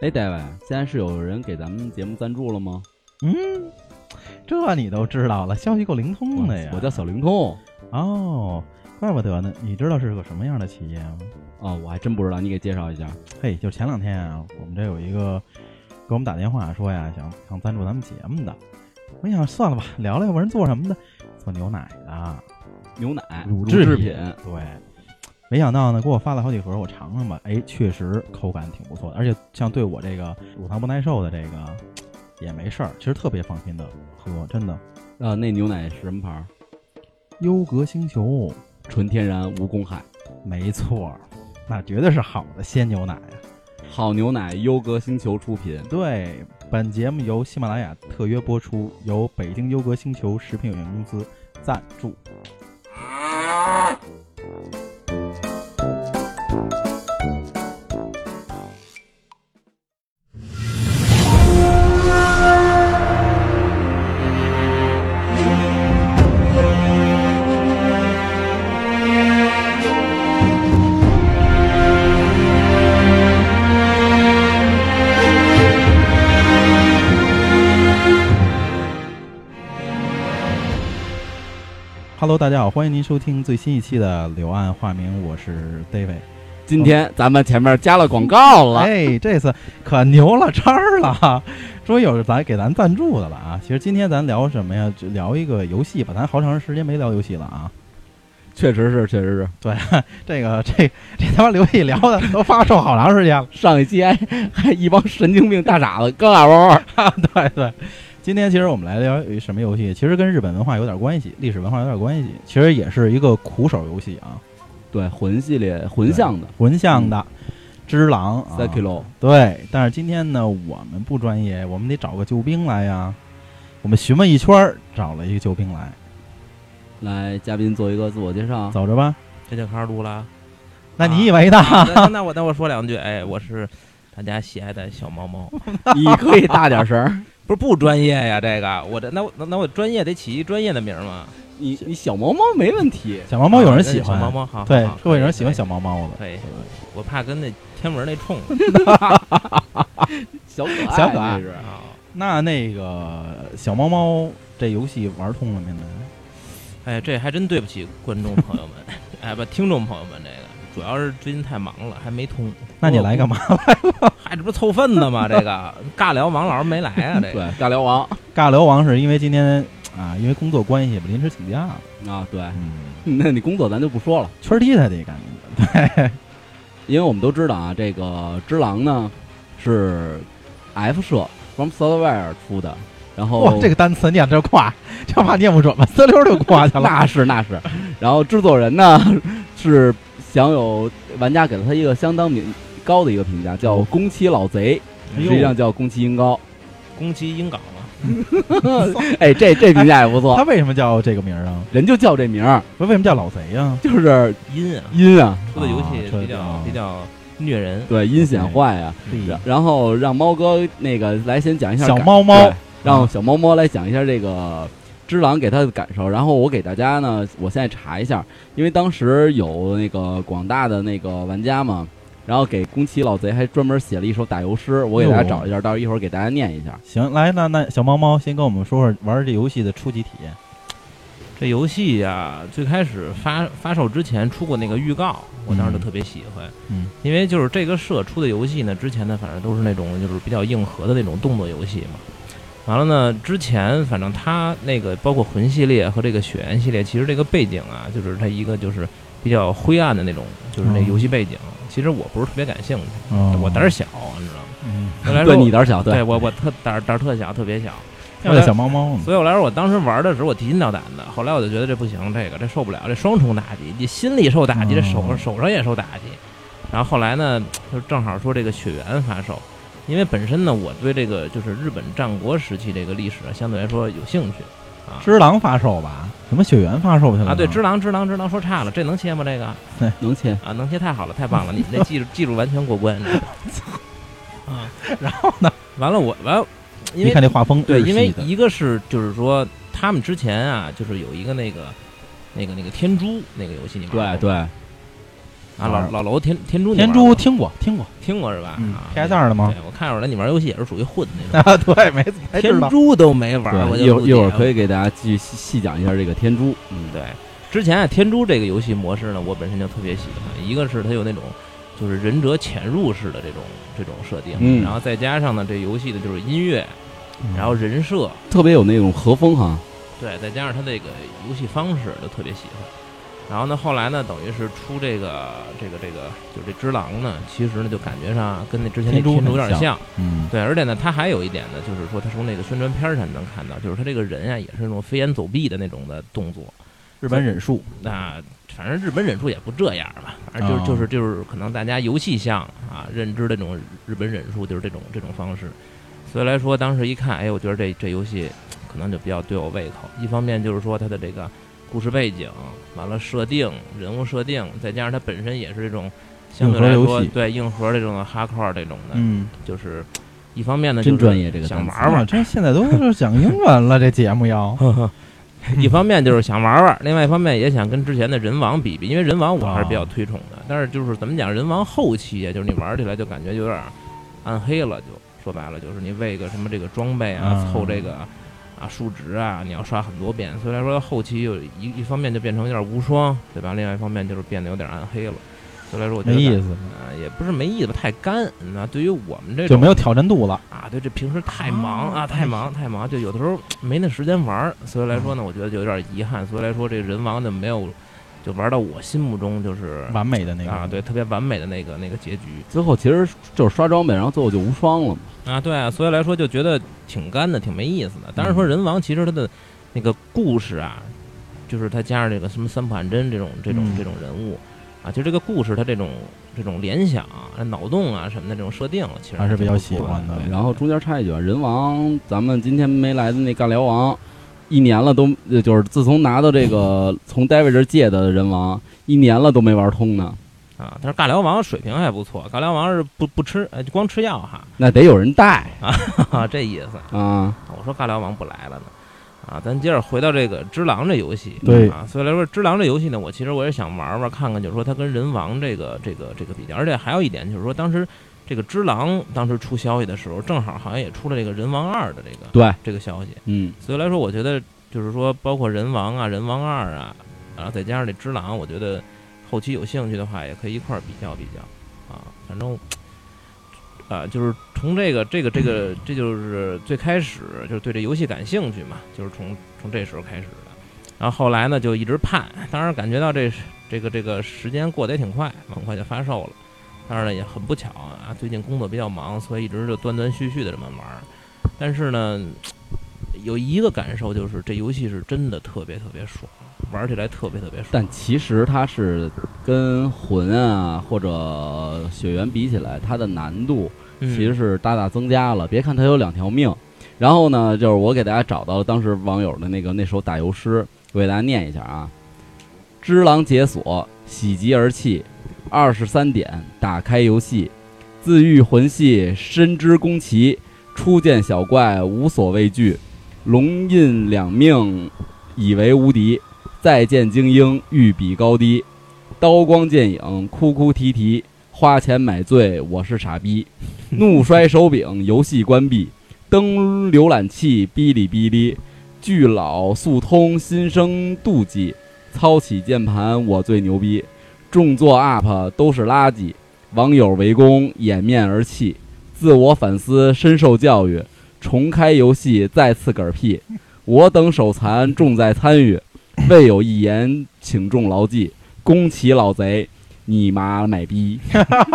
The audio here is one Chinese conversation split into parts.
哎，大卫，现在是有人给咱们节目赞助了吗？嗯，这你都知道了，消息够灵通的呀。我叫小灵通。哦，怪不得呢。你知道是个什么样的企业吗？哦，我还真不知道，你给介绍一下。嘿，就前两天啊，我们这有一个给我们打电话说呀，想想赞助咱们节目的。我想算了吧，聊聊，我人做什么的？做牛奶的，牛奶、乳制品。品对，没想到呢，给我发了好几盒，我尝尝吧。哎，确实口感挺不错的，而且像对我这个乳糖不耐受的这个也没事儿，其实特别放心的喝，真的。呃，那牛奶是什么牌儿？优格星球，纯天然，无公害，没错儿，那绝对是好的鲜牛奶啊。好牛奶，优格星球出品。对，本节目由喜马拉雅特约播出，由北京优格星球食品有限公司赞助。Hello，大家好，欢迎您收听最新一期的《柳暗花明》，我是 David。今天咱们前面加了广告了，哎，这次可牛了叉儿了，终于有咱给咱赞助的了啊！其实今天咱聊什么呀？就聊一个游戏吧，咱好长时间没聊游戏了啊。确实是，确实是。这个这这他妈游戏聊的都发售好长时间了。上一期还还一帮神经病大傻子干啥玩玩？ 对对，今天其实我们来聊一什么游戏？其实跟日本文化有点关系，历史文化有点关系。其实也是一个苦手游戏啊，对，魂系列魂像的魂像的只狼啊。三 kilo，对，但是今天呢，我们不专业，我们得找个救兵来呀。我们询问一圈儿，找了一个救兵来，来嘉宾做一个自我介绍。走着吧。这就开始录 了啊。那你以为呢？那那我那我说两句，哎，我是大家喜爱的小猫猫，你可以大点声儿，不是不专业呀，这个我这那我那那我专业得起一专业的名儿嘛。啊你你小毛毛没问题。小毛毛有人喜小欢，猫猫好，啊对好，社会有人喜欢，小毛毛的，可以对对对我怕跟那天文那冲 小可小可爱这是啊。那那个小猫猫这游戏玩通了没呢？哎，这还真对不起观众朋友们， 哎不，听众朋友们，这个主要是最近太忙了，还没通。那你来干嘛？嗨，这不是凑份子 吗？这个尬聊王老师没来啊，对这个。尬聊王尬聊王是因为今天啊，因为工作关系吧，临时请假了。啊，对，嗯，那你工作咱就不说了，圈儿踢他得赶紧的。对，因为我们都知道啊，这个《只狼》呢是 F 社 From Software 出的，然哦哇、后这个单词念这快，这怕念不准吧， 滋溜就过去了。 那是那是，然后制作人呢是享有玩家给了他一个相当敏高的一个评价，嗯叫“宫崎老贼”，哎呦实际上叫“宫崎英 高攻击英港了，”。哎，这这评价也不错，他为什么叫这个名儿啊？人就叫这名儿，不是为什么叫老贼呀、就是阴啊，阴啊，出的游啊戏这比较啊比较虐人。对阴险坏啊呀、嗯啊然然后让猫哥那个来先讲一下小感猫猫嗯对让小猫猫来讲一下这个只狼给他的感受，然后我给大家呢，我现在查一下，因为当时有那个广大的那个玩家嘛，然后给宫崎老贼还专门写了一首打油诗，我给大家找一下，到时候一会儿给大家念一下。行，来，那那小猫猫先跟我们说说玩这游戏的初级体验。这游戏呀、最开始发发售之前出过那个预告，我当时就嗯特别喜欢，嗯，因为就是这个社出的游戏呢，之前呢反正都是那种就是比较硬核的那种动作游戏嘛。完了呢，之前反正它那个包括魂系列和这个血缘系列，其实这个背景啊，就是它一个就是比较灰暗的那种，就是那嗯游戏背景。其实我不是特别感兴趣，哦我胆儿，小，你知道吗？嗯，原 来对说你胆儿小，对我我特胆儿胆儿特小，特别小。要叫小猫猫呢。所以我来说，我当时玩的时候我提心吊胆的，后来我就觉得这不行，这个这受不了，这双重打击，你心里受打击，这手哦上手上也受打击。然后后来呢，就正好说这个血缘发售，因为本身呢，我对这个就是日本战国时期这个历史啊相对来说有兴趣啊。只狼发售吧？什么血缘发售去了吗？啊，对，只狼，只狼，只狼，说差了，这能切吗？这个啊，能切。能切，太好了，太棒了，你们这技术技术完全过 关。这个啊，然后呢？ 完了我完了，因你为看这画风，对，日系因为的一个是就是说他们之前啊，就是有一个那个那个那个天珠那个游戏，你玩过对吗对，啊，老老楼天天珠你天玩过珠吗听过听过听过是吧？嗯啊 PS 二的吗？对，我看出来你玩游戏也是属于混那种，啊， 对，没没知天道珠都没玩，我对，就一会儿一会儿不解可以给大家继续细细讲一下这个天珠。嗯，对，之前啊，天珠这个游戏模式呢，我本身就特别喜欢，一个是它有那种就是忍者潜入式的这种这种设定，嗯然后再加上呢这游戏的就是音乐，嗯然后人设，特别有那种和风哈。对，再加上它这个游戏方式都特别喜欢。然后呢，后来呢，等于是出这个这个这个，就是这只狼呢，其实呢就感觉上跟那之前那天珠天珠有很点像像，嗯对，而且呢，它还有一点呢，就是说它从那个宣传片儿上能看到，就是他这个人啊，也是那种飞檐走壁的那种的动作，日本忍术那反正日本忍术也不这样吧，反正就是哦啊就是就是可能大家游戏向啊认知的这种日本忍术就是这种这种方式，所以来说当时一看，哎，我觉得这这游戏可能就比较对我胃口。一方面就是说它的这个故事背景，完了设定、人物设定，再加上它本身也是这种相对来硬核游说戏对硬核这种的 hardcore 这种的，嗯，就是一方面呢真就是专业这个单想词嗯玩玩，哎这现在都是讲英文了，这节目要 一方面就是想玩玩，另外一方面也想跟之前的人王比比，因为人王我还是比较推崇的。但是就是怎么讲，人王后期啊，就是你玩起来就感觉有点暗黑了，就说白了就是你为个什么这个装备啊嗯，凑这个啊数值啊，你要刷很多遍。所以来说后期有一一方面就变成有点无双，对吧？另外一方面就是变得有点暗黑了。所以来说我觉没得意思，啊、也不是没意思吧，太干。那对于我们这就种没有挑战度了。啊，对，这平时太忙啊啊，太忙太忙，就有的时候没那时间玩儿，所以来说呢，我觉得就有点遗憾。所以来说，这人王就没有就玩到我心目中就是完美的那个啊，对，特别完美的那个那个结局最后其实就是刷装备，然后最后就无双了嘛。啊，对啊，所以来说就觉得挺干的，挺没意思的。当嗯然说人王其实他的那个故事啊，就是他加上这个什么三浦岸真这种这种嗯这种人物。啊，就这个故事，它这种这种联想、啊、脑洞啊什么的这种设定，其实还是比较挺不错喜欢的对嗯然后中间插一句，啊，人王，咱们今天没来的那尬聊王，一年了都呃就是自从拿到这个从 David 这儿借的人王，一年了都没玩通呢。啊，但是尬聊王水平还不错，尬聊王是不不吃，呃，就光吃药哈，那得有人带哈哈，这意思。啊，我说尬聊王不来了呢，啊，咱接着回到这个《只狼》这游戏，对啊，所以来说《只狼》这游戏呢，我其实我也想玩玩看看，就是说它跟人王这个这个这个比较，而且还有一点就是说，当时这个《只狼》当时出消息的时候，正好好像也出了这个人王二的这个对，这个消息，嗯，所以来说，我觉得就是说，包括人王啊、人王二啊，然后再加上这只狼，我觉得后期有兴趣的话，也可以一块儿比较比较啊。反正，啊，就是从这个这个这个，这就是最开始就是对这游戏感兴趣嘛，就是从从这时候开始的。然后后来呢，就一直盼，当然感觉到这这个这个时间过得也挺快，很快就发售了。当然了，也很不巧啊，最近工作比较忙，所以一直就断断续续的这么玩儿。但是呢，有一个感受就是这游戏是真的特别特别爽，玩起来特别特别爽。但其实它是跟魂啊或者血缘比起来，它的难度嗯其实是大大增加了。别看它有两条命，然后呢，就是我给大家找到了当时网友的那个那首打油诗，我给大家念一下啊：只狼解锁，喜极而泣，二十三点打开游戏，自愈魂系深知宫崎，初见小怪无所畏惧，龙印两命以为无敌，再见精英欲比高低，刀光剑影哭哭啼啼。花钱买醉，我是傻逼。怒摔手柄，游戏关闭，登浏览器，哔哩哔哩，巨老速通，心生妒忌，操起键盘，我最牛逼，重做 UP 都是垃圾，网友围攻，掩面而泣，自我反思，深受教育，重开游戏，再次嗝屁，我等手残重在参与，未有一言，请重牢记，宫崎老贼，你妈卖逼，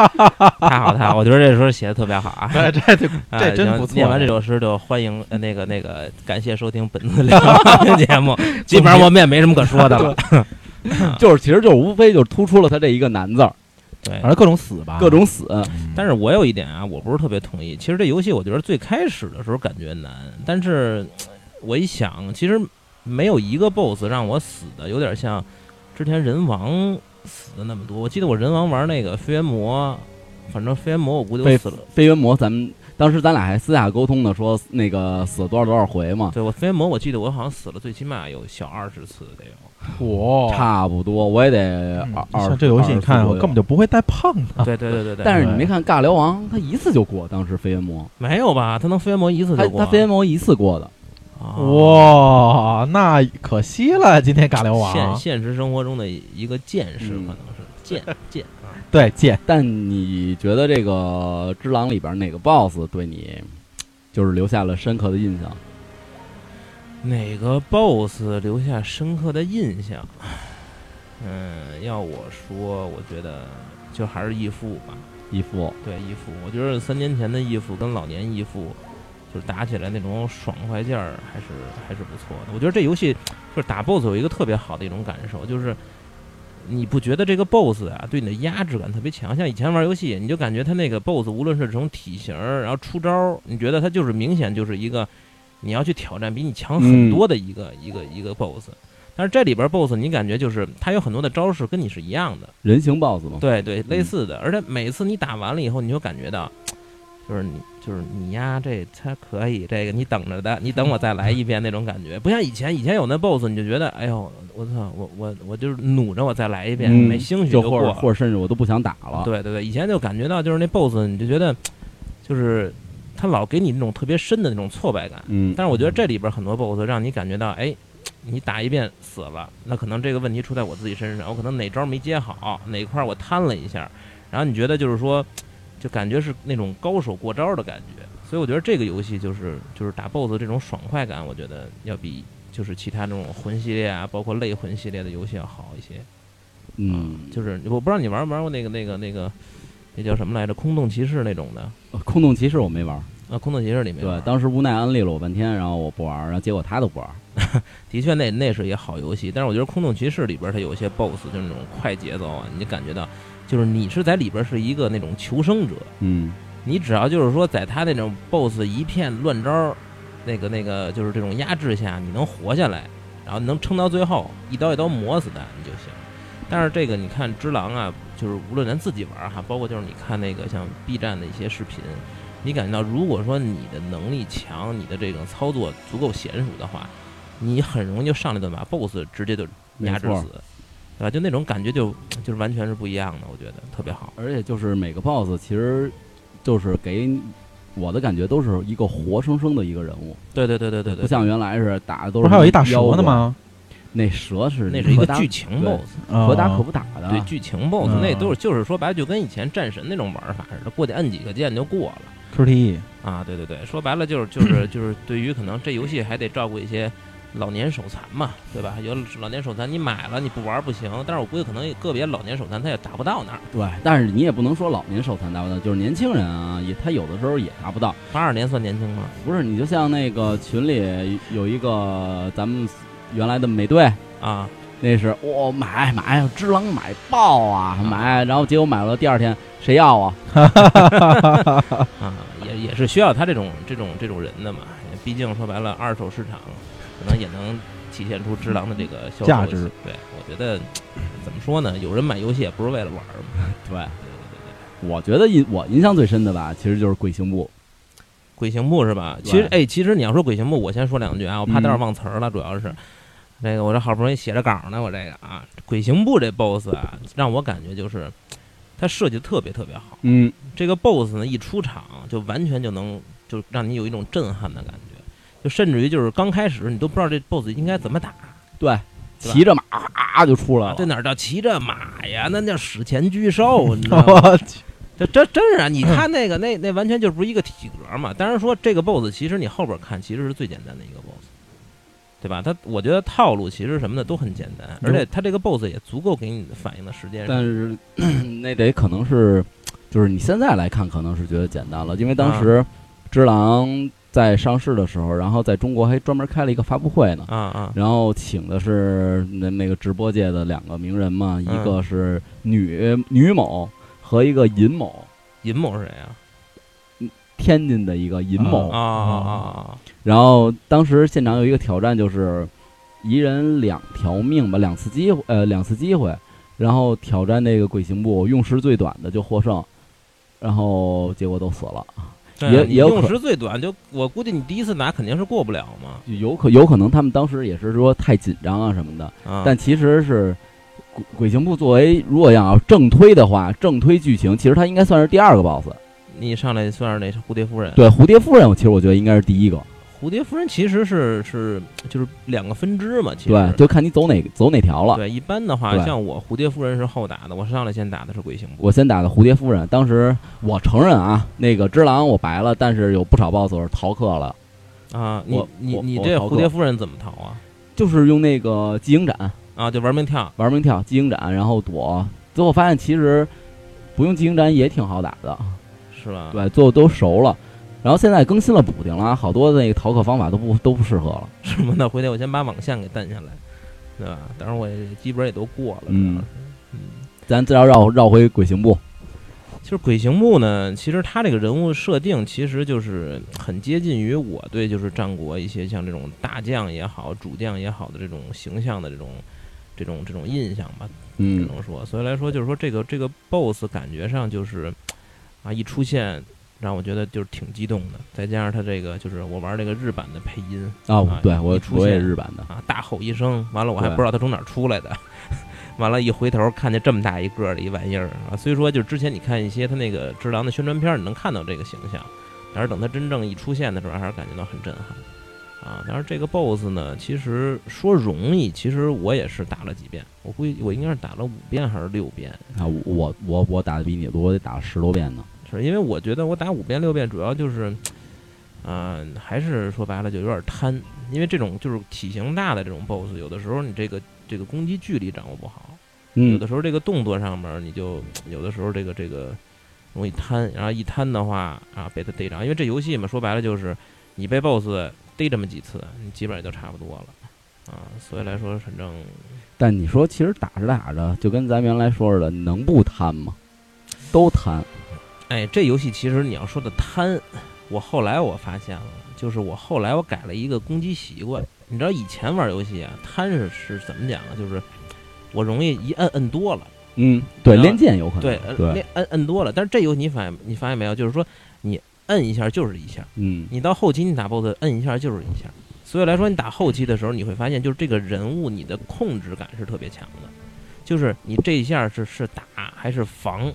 太好太好，我觉得这首写的特别好啊。哎，这这啊这真行不错念完这首诗就欢迎呃那个那个感谢收听本次聊天 节目，基本上我们也没什么可说的了。就是其实就是无非就是突出了他这一个难字儿。对反，正各种死吧，各种死，嗯。但是我有一点啊，我不是特别同意。其实这游戏我觉得最开始的时候感觉难，但是呃我一想，其实没有一个 BOSS 让我死的有点像之前人王死的那么多。我记得我人王玩那个飞炎魔，反正飞檐魔我估计被我死了，飞云魔，咱们当时咱俩还私下沟通呢，说那个死了多少多少回嘛，对我飞檐魔我记得我好像死了最起码有小二十次得有。我差不多，我也得二二。像这游嗯戏，你看24啊我左右根本就不会带胖的。对对对对对，但是你没看尬聊王，他一次就过，当时飞云魔，没有吧？他能飞檐魔一次他就过啊？他飞云魔一次过的，啊哇，那可惜了，今天尬聊现王现实生活中的一个见识，可能是 见见啊。对见但你觉得这个《只狼》里边哪个 BOSS 对你就是留下了深刻的印象？哪个 BOSS 留下深刻的印象？嗯，要我说，我觉得就还是义父吧。一副对，义父，我觉得三年前的义父跟老年义父，就是打起来那种爽快劲儿，还是还是不错的。我觉得这游戏就是打 BOSS 有一个特别好的一种感受，就是你不觉得这个 BOSS 啊对你的压制感特别强？像以前玩游戏，你就感觉他那个 BOSS 无论是从体型儿，然后出招儿，你觉得他就是明显就是一个你要去挑战比你强很多的一个、一个一个 BOSS。但是这里边 BOSS 你感觉就是他有很多的招式跟你是一样的。人形 BOSS 吗？对对，类似的。而且每次你打完了以后，你就感觉到，就是你就是你呀，这他可以，这个你等着的，你等我再来一遍那种感觉，不像以前，以前有那 BOSS 你就觉得，哎呦，我操，我我我就是努着我再来一遍，嗯没兴趣就过或者了。或者甚至我都不想打了。对对对，以前就感觉到就是那 BOSS 你就觉得，就是他老给你那种特别深的那种挫败感。嗯，但是我觉得这里边很多 BOSS 让你感觉到，哎，你打一遍死了，那可能这个问题出在我自己身上，我可能哪招没接好，哪块儿我贪了一下，然后你觉得就是说，就感觉是那种高手过招的感觉。所以我觉得这个游戏就是就是打 BOSS 这种爽快感，我觉得要比就是其他这种魂系列啊，包括类魂系列的游戏要好一些。嗯，就是我不知道你玩没玩过那个那个那个那叫什么来着，空洞骑士那种的空洞骑士我没玩儿，啊，空洞骑士里面对，当时无奈安利了我半天，然后我不玩儿，然后结果他都不玩儿。的确那，那是一个好游戏，但是我觉得《空洞骑士》里边它有一些 BOSS 就是那种快节奏啊，你就感觉到，就是你是在里边是一个那种求生者，嗯，你只要就是说在他那种 BOSS 一片乱招儿，那个那个就是这种压制下，你能活下来，然后能撑到最后，一刀一刀磨死他你就行。但是这个你看只狼啊，就是无论咱自己玩儿哈，包括就是你看那个像 B 站的一些视频，你感觉到如果说你的能力强，你的这个操作足够娴熟的话，你很容易就上来就把 BOSS 直接就压制没错死，对吧？就那种感觉就就是完全是不一样的，我觉得特别好。而且就是每个 BOSS 其实就是给我的感觉都是一个活生生的一个人物，对对对对对对，不像原来是打的都不是是还有一大蛇妖呢怪？吗？啊那蛇是那是一可个打剧情对 BOSS，可可打可不打的。对剧情 BOSS，、嗯那都是就是说白了就跟以前战神那种玩法似的，过去摁几个键就过了 QTE，啊。对对对，说白了就是就是 就是对于可能这游戏还得照顾一些老年手残嘛，对吧？有老年手残你买了你不玩不行，但是我估计可能个别老年手残他也达不到那儿。对，但是你也不能说老年手残达不到，就是年轻人啊，也他有的时候也达不到。八二年算年轻吗？不是，你就像那个群里有一个咱们原来的美队，啊，那是我、买买，只狼买爆啊买，然后结果买了第二天谁要啊？啊，也也是需要他这种这种这种人的嘛。毕竟说白了，二手市场可能也能体现出只狼的这个销售价值。对，我觉得怎么说呢？有人买游戏也不是为了玩儿嘛。对，对对对对，我觉得印我印象最深的吧，其实就是鬼行部。鬼行部是吧？对其实哎，其实你要说鬼行部，我先说两句啊，我怕嗯待会儿忘词儿了，主要是。那个，我这好不容易写着稿呢，我这个啊，鬼行部这 BOSS 啊，让我感觉就是，他设计的特别特别好。嗯，这个 BOSS 呢一出场就完全就能就让你有一种震撼的感觉，就甚至于就是刚开始你都不知道这 BOSS 应该怎么打对，对吧骑着马啊就出来啊了，，这哪叫骑着马呀，那叫史前巨兽，你 知道吗？ 我去，这这真是啊！你嗯看那个那那完全就不是一个体格嘛。当然说这个 BOSS 其实你后边看其实是最简单的一个 BOSS，对吧？它我觉得套路其实什么的都很简单，而且它这个 BOSS 也足够给你反应的时间。但是 那得可能是，就是你现在来看可能是觉得简单了，因为当时只狼在上市的时候，然后在中国还专门开了一个发布会呢，啊啊然后请的是那那个直播界的两个名人嘛，一个是女女某和一个尹某，银某是谁啊？天津的一个尹某啊，啊嗯啊啊！然后当时现场有一个挑战，就是一人两条命吧，两次机会，呃，两次机会，然后挑战那个鬼行部，用时最短的就获胜。然后结果都死了，对也啊你也有用可时最短，就我估计你第一次拿肯定是过不了嘛。就有可有可能他们当时也是说太紧张啊什么的，啊，但其实是鬼鬼行部作为如果要正推的话，正推剧情，其实它应该算是第二个 boss。你上来算是那蝴蝶夫人，对，蝴蝶夫人，我其实我觉得应该是第一个。蝴蝶夫人其实是是就是两个分支嘛，其实对，就看你走哪走哪条了。对一般的话，对像我蝴蝶夫人是后打的，我上来先打的是鬼行部。我先打的蝴蝶夫人，当时我承认啊，那个只狼我白了，但是有不少 boss 我是逃课了，啊，你我你我你我这逃课蝴蝶夫人怎么逃啊？就是用那个即影斩啊，就玩命跳玩命跳，即影斩，然后躲。最后发现其实不用即影斩也挺好打的，是吧？， 对，最后都熟了。然后现在更新了补丁了啊，好多那个逃课方法都不都不适合了。什么的，回头我先把网线给蹬下来，对吧？当然我也基本也都过了，嗯主要是嗯。咱再要绕绕回鬼行部，其实鬼行部呢，其实他这个人物设定其实就是很接近于我对就是战国一些像这种大将也好、主将也好的这种形象的这种、这种、这种印象吧，只嗯，能说。所以来说，就是说这个这个 BOSS 感觉上就是啊，一出现让我觉得就是挺激动的，再加上他这个就是我玩这个日版的配音啊啊，对我一出我也现日版的，啊，大吼一声，完了我还对不知道他从哪儿出来的， 完了，一回头看见这么大一个儿的一玩意儿啊，所以说就是之前你看一些他那个只狼的宣传片儿，你能看到这个形象，但是等他真正一出现的时候，还是感觉到很震撼啊。但是这个 BOSS 呢，其实说容易，其实我也是打了几遍，我估计我应该是打了五遍还是六遍，啊，我我我打的比你多，我得打了十多遍呢。是因为我觉得我打五遍六遍，主要就是，嗯、还是说白了就有点贪，因为这种就是体型大的这种 BOSS，有的时候你这个这个攻击距离掌握不好，有嗯的，时候这个动作上面儿你就有的时候这个这个容易贪，然后一贪的话啊被他逮着，因为这游戏嘛说白了就是你被 BOSS 逮这么几次，你基本上也就差不多了。啊，所以来说，反正但你说其实打着打着，就跟咱原来说似的，能不贪吗？都贪，哎，这游戏其实你要说的贪，我后来我发现了，就是我后来我改了一个攻击习惯。你知道以前玩游戏啊，贪是是怎么讲啊？就是我容易一摁摁多了，嗯，对，然后练剑有可能，对嗯呃对，，摁摁摁多了。但是这游戏你发现你发现没有？就是说你摁一下就是一下，嗯，你到后期你打 BOSS 摁一下就是一下。所以来说，你打后期的时候，你会发现就是这个人物你的控制感是特别强的，就是你这一下是是打还是防，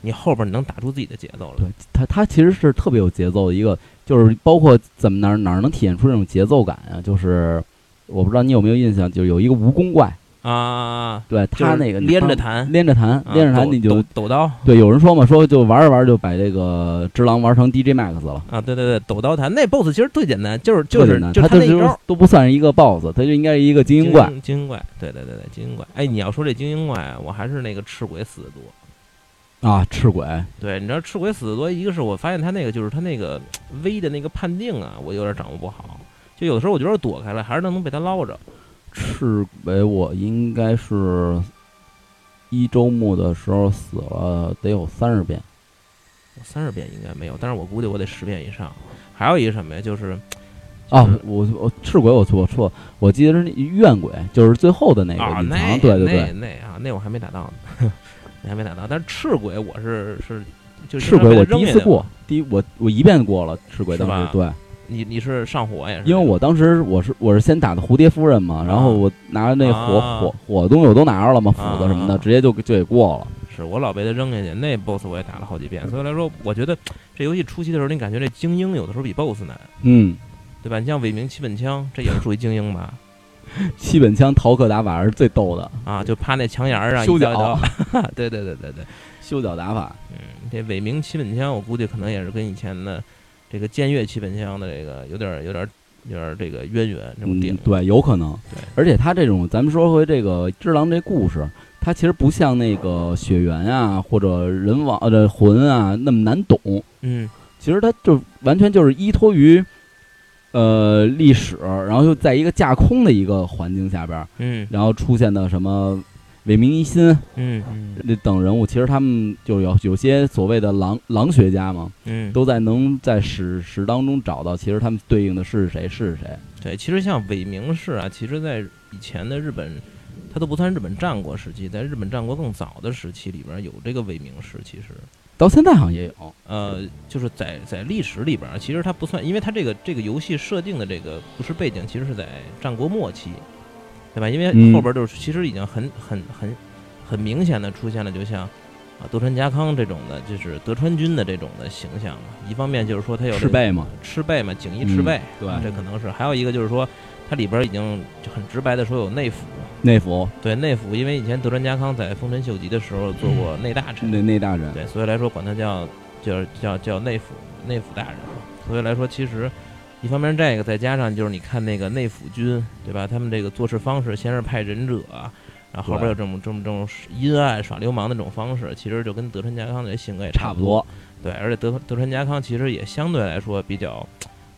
你后边你能打出自己的节奏来对。他他其实是特别有节奏的一个，就是包括怎么哪儿哪儿能体现出这种节奏感啊？就是我不知道你有没有印象，就是有一个蜈蚣怪，啊，对他那个就是连着弹，连着弹，啊连着弹，抖你就抖抖刀对有人说嘛，说就玩着玩着就把这个只狼玩成 DJ Max 了。啊，对对对，抖刀弹那 boss 其实最简单，就是就特是别难就他他就那一是招都不算是一个 BOSS，他就应该是一个精英怪。，精英怪，对对对对，精英怪。哎，你要说这精英怪，我还是那个赤鬼死的多。啊，赤鬼，对，你知道赤鬼死的多，一个是我发现他那个就是他那个 V 的那个判定啊，我有点掌握不好。就有的时候我觉得躲开了，还是能能被他捞着。赤鬼，我应该是一周目的时候死了，得有三十遍。三十遍应该没有，但是我估计我得十遍以上。还有一个什么呀，就是啊嗯，我我赤鬼我错我错，我记得是怨鬼，就是最后的那啊，个隐那藏，对对那对，那啊，那我还没打到呢， 你还没打到。但是赤鬼我是是就是赤鬼我经第常被扔一下次去过嘛，，第一我我一遍过了赤鬼，是当吧时对，你你是上火也是那因种？为我当时我是我是先打的蝴蝶夫人嘛，然后我拿那火啊火火东西我都拿着了嘛，斧子什么啊的，直接就就给过了。是我老被他扔下去，那 BOSS 我也打了好几遍，所以来说，我觉得这游戏初期的时候，你感觉这精英有的时候比 BOSS 难， 嗯，对吧？你像伟明七本枪，这也是属于精英吧？七本枪逃课打法是最逗的，啊，就趴那墙沿儿上修一刀一脚刀， 对对对对对， 修脚打法。嗯，这伟明七本枪，我估计可能也是跟以前的这个剑月七本枪的这个有点儿有点儿有点儿这个渊源，这种嗯顶、，对，有可能。对而且他这种，咱们说回这个《只狼》这故事，它其实不像那个血缘啊，或者人王呃这魂啊那么难懂。嗯，其实它就完全就是依托于，呃，历史，然后又在一个架空的一个环境下边儿，嗯然后出现的什么伟明一心嗯那等人物，其实他们就有有些所谓的狼狼学家嘛，嗯，都在能在史史当中找到，其实他们对应的是谁是谁。对，其实像伪名氏啊，其实在以前的日本，它都不算日本战国时期，在日本战国更早的时期里边儿有这个伪名氏，其实到现在好像也有，呃，就是在在历史里边儿，其实它不算，因为它这个这个游戏设定的这个故事背景，其实是在战国末期，对吧？因为嗯后边儿就是其实已经很很很很明显的出现了，就像啊德川家康这种的，就是德川军的这种的形象嘛。一方面就是说他有这赤个背嘛，赤背嘛，锦衣赤背，对这可能是；还有一个就是说，它里边儿已经就很直白的说有内府，内服对内府，因为以前德川家康在丰臣秀吉的时候做过内大臣，那那大人，对，所以来说管他叫叫叫叫内府内府大人嘛。所以来说，其实一方面这个，再加上就是你看那个内府军，对吧？他们这个做事方式，先是派忍者，然后后边对有这种这么这种阴暗耍流氓的这种方式，其实就跟德川家康的性格也差不不。多，对，而且德德川家康其实也相对来说比较。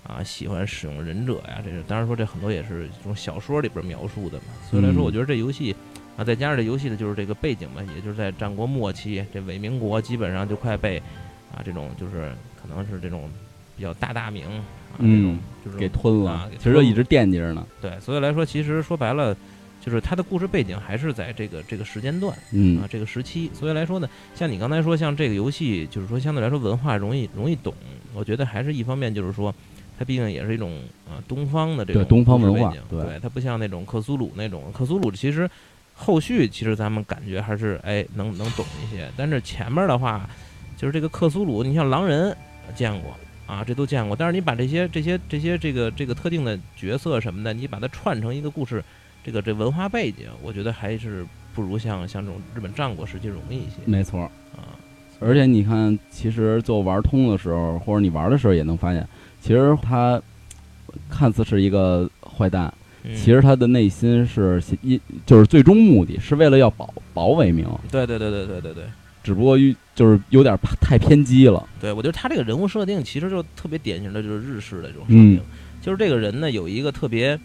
啊，喜欢使用忍者呀，这是当然说这很多也是这种小说里边描述的嘛，所以来说嗯我觉得这游戏啊，再加上这游戏的就是这个背景嘛，也就是在战国末期，这伪民国基本上就快被啊这种就是可能是这种比较大大名啊、这种嗯，就是给吞啊了，给其实就吞一了直惦记着呢，对，所以来说其实说白了，就是它的故事背景还是在这个这个时间段。嗯啊，这个时期。所以来说呢，像你刚才说，像这个游戏，就是说相对来说文化容易容易懂，我觉得还是一方面就是说，它毕竟也是一种啊东方的这对东种方故事文背化景对对，它不像那种克苏鲁那种，克苏鲁其实后续其实咱们感觉还是哎能能懂一些，但是前面的话，就是这个克苏鲁，你像狼人呃见过。啊，这都见过，但是你把这些、这些、这些、这个、这个特定的角色什么的，你把它串成一个故事，这个这文化背景，我觉得还是不如像像这种日本战国时期容易一些没错。啊。而且你看，其实就玩通的时候，或者你玩的时候也能发现，其实他看似是一个坏蛋，嗯其实他的内心是一就是最终目的是为了要保保伪名，对对对对对对对只不过遇就是有点太偏激了。对，我觉得他这个人物设定其实就特别典型的就是日式的这种设嗯定，就是这个人呢有一个特别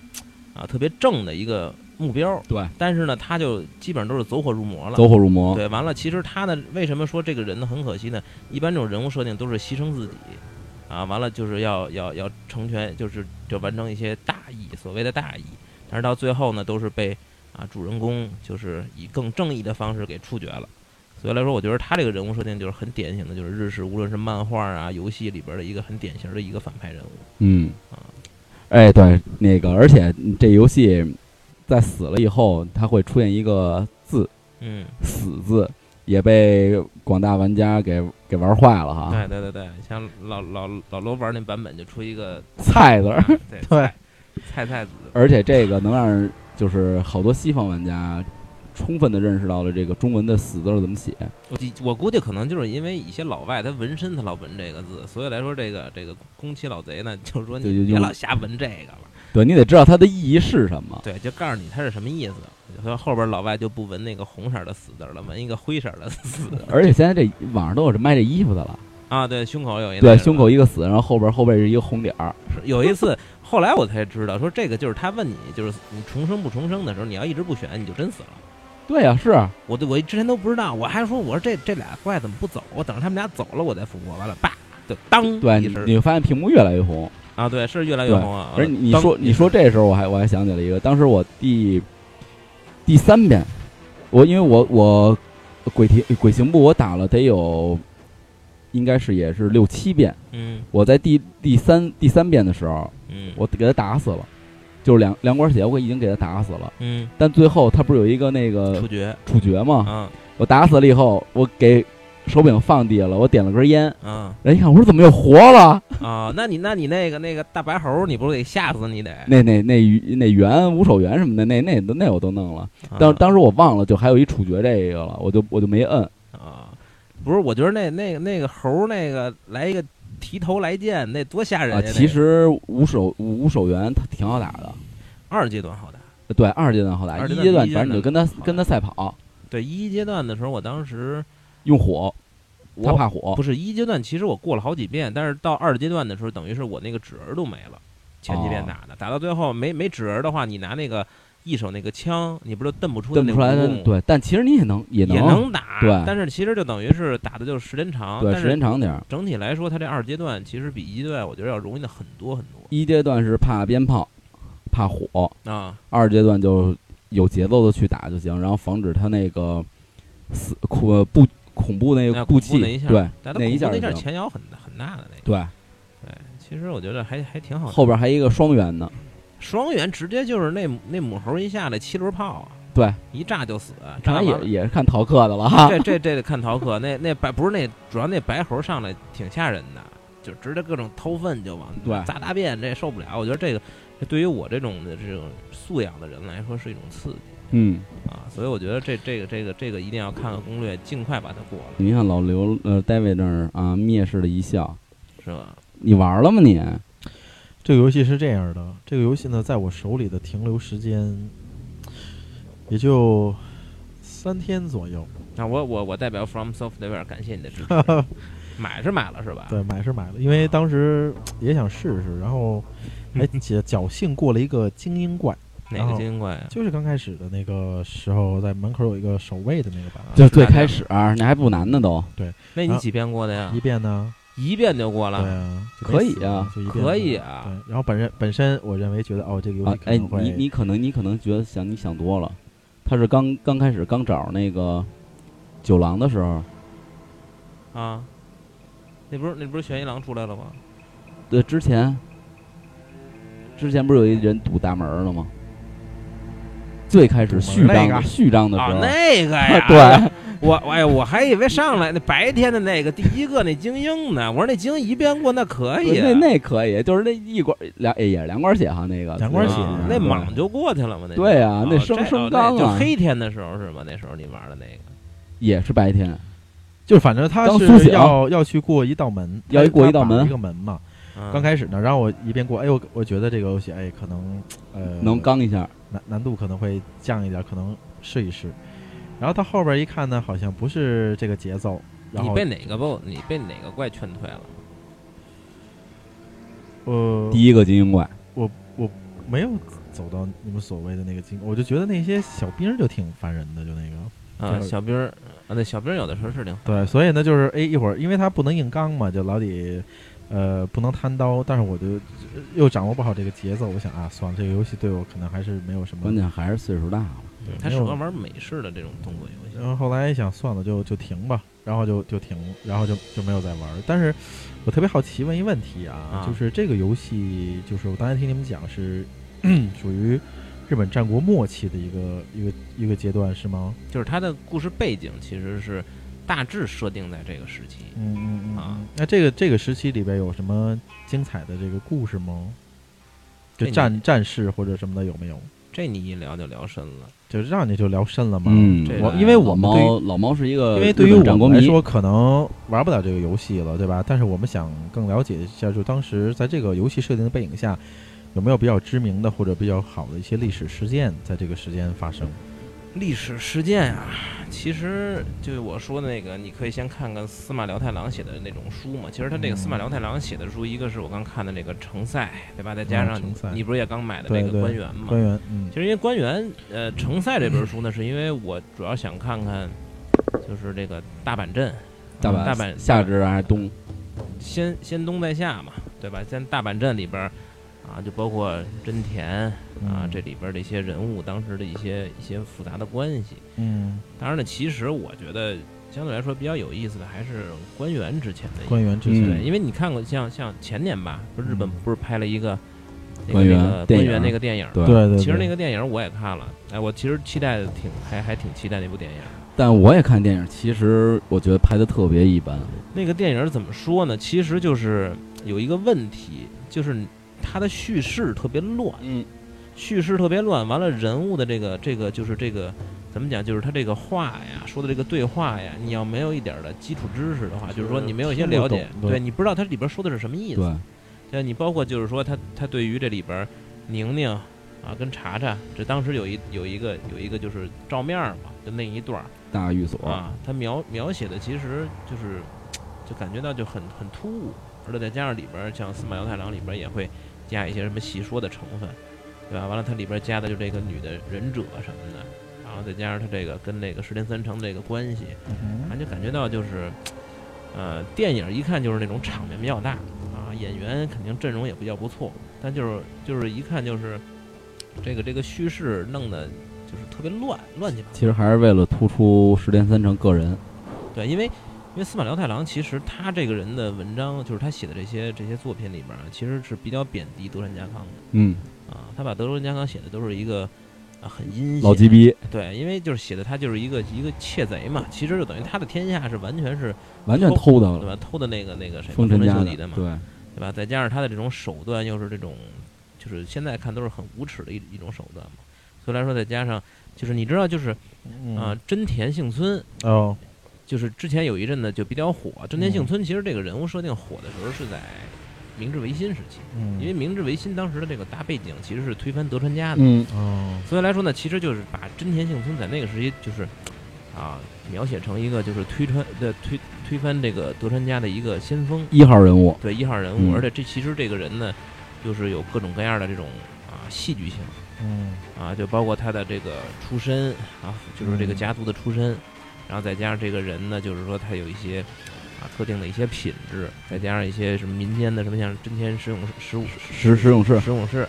啊特别正的一个目标，对，但是呢他就基本上都是走火入魔了。走火入魔，对，完了，其实他呢，为什么说这个人呢很可惜呢？一般这种人物设定都是牺牲自己，啊，完了就是要要要成全，就是就完成一些大义，所谓的大义，但是到最后呢，都是被啊主人公就是以更正义的方式给处决了。所以来说，我觉得他这个人物设定就是很典型的，就是日式无论是漫画啊、游戏里边的一个很典型的一个反派人物。嗯啊，哎，对，那个，而且这游戏在死了以后，它会出现一个字嗯， “死”字，也被广大玩家给给玩坏了哈。对对对对，像老老老罗玩那版本就出一个菜字儿， 对对，菜菜子，而且这个能让就是好多西方玩家充分的认识到了这个中文的“死”字儿怎么写。我计我估计可能就是因为一些老外他纹身，他老纹这个字，所以来说这个这个宫崎老贼呢，就是说对就你别用老瞎纹这个吧，对你得知道它的意义是什么。对，就告诉你它是什么意思。所以后边老外就不纹那个红色的死字了，纹一个灰色的死字而且现在这网上都有这卖这衣服的了，啊。对，胸口有一对，那个胸口一个死，然后后边后背是一个红点儿。有一次，后来我才知道说这个就是他问你，就是你重生不重生的时候，你要一直不选，你就真死了。对呀、是啊我对我之前都不知道，我还说我说这这俩怪怎么不走？我等着他们俩走了，我再复活。完了，叭，就当对，一你声你会发现屏幕越来越红。啊，对，是越来越对红啊。而你当说一你说声这时候，我还我还想起了一个，当时我第第三遍，我因为我我鬼题鬼行部我打了得有，应该是也是六七遍。嗯我在第第三第三遍的时候，嗯，我给他打死了，就是两两管血，我已经给他打死了。嗯，但最后他不是有一个那个处决处决吗？啊我打死了以后，我给手柄放地下了，我点了根烟，啊人一看我说怎么又活了？啊！那你那你那个那个大白猴儿，你不是得吓死你得？那那那鱼那猿五手猿什么的，那那那我都弄了。啊当当时我忘了，就还有一处决这个了，我就我就没摁。啊，不是，我觉得那那个那个猴儿那个来一个提头来剑，那多吓人啊，呀！其那个实五手五手猿它挺好打的，二阶段好打，对，二阶段好打，二一阶段阶段一阶反正你就段跟他好打跟他赛跑，对一阶段的时候，我当时用火，他我怕火不，是一阶段，其实我过了好几遍，但是到二阶段的时候，等于是我那个纸儿都没了，前几遍哦打的，打到最后没没纸儿的话，你拿那个一手那个枪，你不就瞪不出的瞪那不出来的个蜈蚣。对，但其实你也能也也能打，对但是其实就等于是打的就是时间长，对，但时间是长点儿。整体来说，它这二阶段其实比一阶段我觉得要容易的很多很多一阶段是怕鞭炮，怕火；啊。二阶段就有节奏的去打就行，然后防止他那个死苦不恐怖那哎个恐怖布气，那一下对，但它那一下恐怖就那下行前摇很很大的那个，对，其实我觉得还还挺好的。后边还一个双圆呢，双元直接就是那那母猴一下来七轮炮啊，对，一炸就死，啊看炸来完也啊了也是看逃课的了哈。这这这得看逃课，那那白不是那主要那白猴上来挺吓人的，就直接各种掏粪就往对砸大便，这受不了。我觉得这个这对于我这种的这种素养的人来说是一种刺激嗯，啊，所以我觉得这这个这个这个一定要看看攻略，尽快把它过了，你看老刘呃，David 那儿啊，蔑视的一笑，是吧？你玩了吗你？这个游戏是这样的，这个游戏呢，在我手里的停留时间也就三天左右。那我我我代表 From Software 感谢你的支 持，买是买了是啊吧？对，买是买了，因为当时也想试试，然 后还侥侥幸过了一个精英怪，哎哪个精英怪呀？就是刚开始的那个时候，在门口有一个守卫的那个版本，就是最开始、啊那还不难呢都，那你几遍过的呀一？遍呢，一遍就过对了，啊，就可没以死啊，就一遍可呢以啊。对，然后本身本身我认为觉得哦，这个游啊戏，可哎，能会、你你可能你可能觉得想你想多了，他是刚刚开始刚找那个九郎的时候，啊，那不是那不是玄一郎出来了吗？对，之前之前不是有一人堵大门了吗？最开始堵序门章那个序章的时啊，候，那个 呀，对，我哎呀，我还以为上来那白天的那个第一个那精英呢，我说那精英一遍过那可以啊，那那可以，就是那一管两哎也是两管血哈，那个两管血啊那对莽就过去了嘛，那对啊哦那升这升哦纲那就啊黑天的时候是吧？那时候你玩的那个，也是白天，就反正他刚苏是醒要要去过一道门，要他一过一他道把门一个门嘛。嗯刚开始呢，然后我一边过，哎，我我觉得这个游戏，哎，可能呃能刚一下，难难度可能会降一点，可能试一试。然后到后边一看呢，好像不是这个节奏，然你后被哪个 BOSS？你被哪个怪劝退了？嗯呃，第一个精英怪，我我没有走到你们所谓的那个境，我就觉得那些小兵儿就挺烦人的，就那个啊，就是小兵儿啊，那小兵儿有的时候是挺对，所以呢，就是哎，一会儿因为他不能硬刚嘛，就老得呃不能贪刀，但是我就呃又掌握不好这个节奏，我想啊，算了，这个游戏对我可能还是没有什么关键还是岁数大了。对他没适有合玩美式的这种动作游戏。然后后来想算了，就就停吧，然后就就停，然后就就没有再玩儿。但是我特别好奇，问一问题啊，啊就是这个游戏，就是我刚才听你们讲是 属于日本战国末期的一个一个一个阶段是吗？就是它的故事背景其实是大致设定在这个时期。嗯嗯嗯啊嗯那这个这个时期里边有什么精彩的这个故事吗？就这你战战事或者什么的有没有？这你一聊就聊深了，就让你就聊深了嘛。嗯这我个因为老我们对于猫老猫是一个因为呃日对于本我战国们来迷，说，可能玩不了这个游戏了，对吧？但是我们想更了解一下，就当时在这个游戏设定的背景下，有没有比较知名的或者比较好的一些历史事件在这个时间发生？啊历史事件啊，其实就是我说的那个，你可以先看看司马辽太郎写的那种书嘛。其实他这个嗯司马辽太郎写的书，一个是我刚看的那个《城塞》，对吧？再加啊上城你塞你不是也刚买的对那个对官员嘛？官员，嗯其，实因为官员，呃，《城塞》这本书呢，是因为我主要想看看，就是这个大阪镇，大嗯阪大阪嗯夏至还是冬，先先东再下嘛，对吧？先大阪镇里边儿啊，就包括真田啊嗯这，里边儿的一些人物，当时的一些一些复杂的关系。嗯，当然了，其实我觉得相对来说比较有意思的还是官员之前的一个，官员之嗯前，对，因为你看过像像前年吧，不是日本嗯不是拍了一个那个官员那个电官影啊员那个电影，对对对，其实对那个电影我也看了，哎，我其实期待的挺还还挺期待那部电影。但我也看电影，其实我觉得拍的特别一般。那个电影怎么说呢？其实就是有一个问题，就是它的叙事特别乱，嗯，叙事特别乱，完了人物的这个这个就是这个怎么讲？就是他这个话呀，说的这个对话呀，你要没有一点儿的基础知识的话，就是说你没有一些听不了解，懂对对你不知道它里边说的是什么意思。对，对，你包括就是说他他对于这里边儿宁宁啊跟查查，这当时有一有一个有一个就是照面儿嘛，就那一段儿大寓所，啊，他描描写的其实就是就感觉到就很很突兀，而且再加上里边儿像司马辽太郎里边儿也会加一些什么戏说的成分，对吧？完了，它里边儿加的就这个女的忍者什么的，然后再加上他这个跟那个石田三成这个关系，嗯反正就感觉到就是，呃，电影一看就是那种场面比较大啊，演员肯定阵容也比较不错，但就是就是一看就是这个这个叙事弄得就是特别乱乱七八糟。其实还是为了突出石田三成个人。对，因为因为司马辽太郎其实他这个人的文章，就是他写的这些这些作品里边儿啊，其实是比较贬低德川家康的嗯，啊。他把德川家康写的都是一个啊很阴险老鸡逼，对，因为就是写的他就是一个一个窃贼嘛，其实就等于他的天下是完全是完全偷的对吧？偷的那个那个谁丰丰臣臣家秀吉的的嘛，嗯对，对吧？再加上他的这种手段，又是这种，就是现在看都是很无耻的一一种手段嘛。所以来说，再加上就是你知道，就是啊、嗯真田幸村哦，就是之前有一阵子就比较火。真嗯田幸村其实这个人物设定火的时候是在明治维新时期，嗯因为明治维新当时的这个大背景其实是推翻德川家的，嗯，哦，所以来说呢，其实就是把真田幸村在那个时期就是啊描写成一个就是推穿的推推翻这个德川家的一个先锋。一号人物，对一号人嗯物，而且这其实这个人呢，就是有各种各样的这种啊戏剧性嗯啊，就包括他的这个出身啊，就是这个嗯家族的出身，然后再加上这个人呢，就是说他有一些啊特定的一些品质，再加上一些什么民间的什么像真田十勇十武石石勇士，十勇士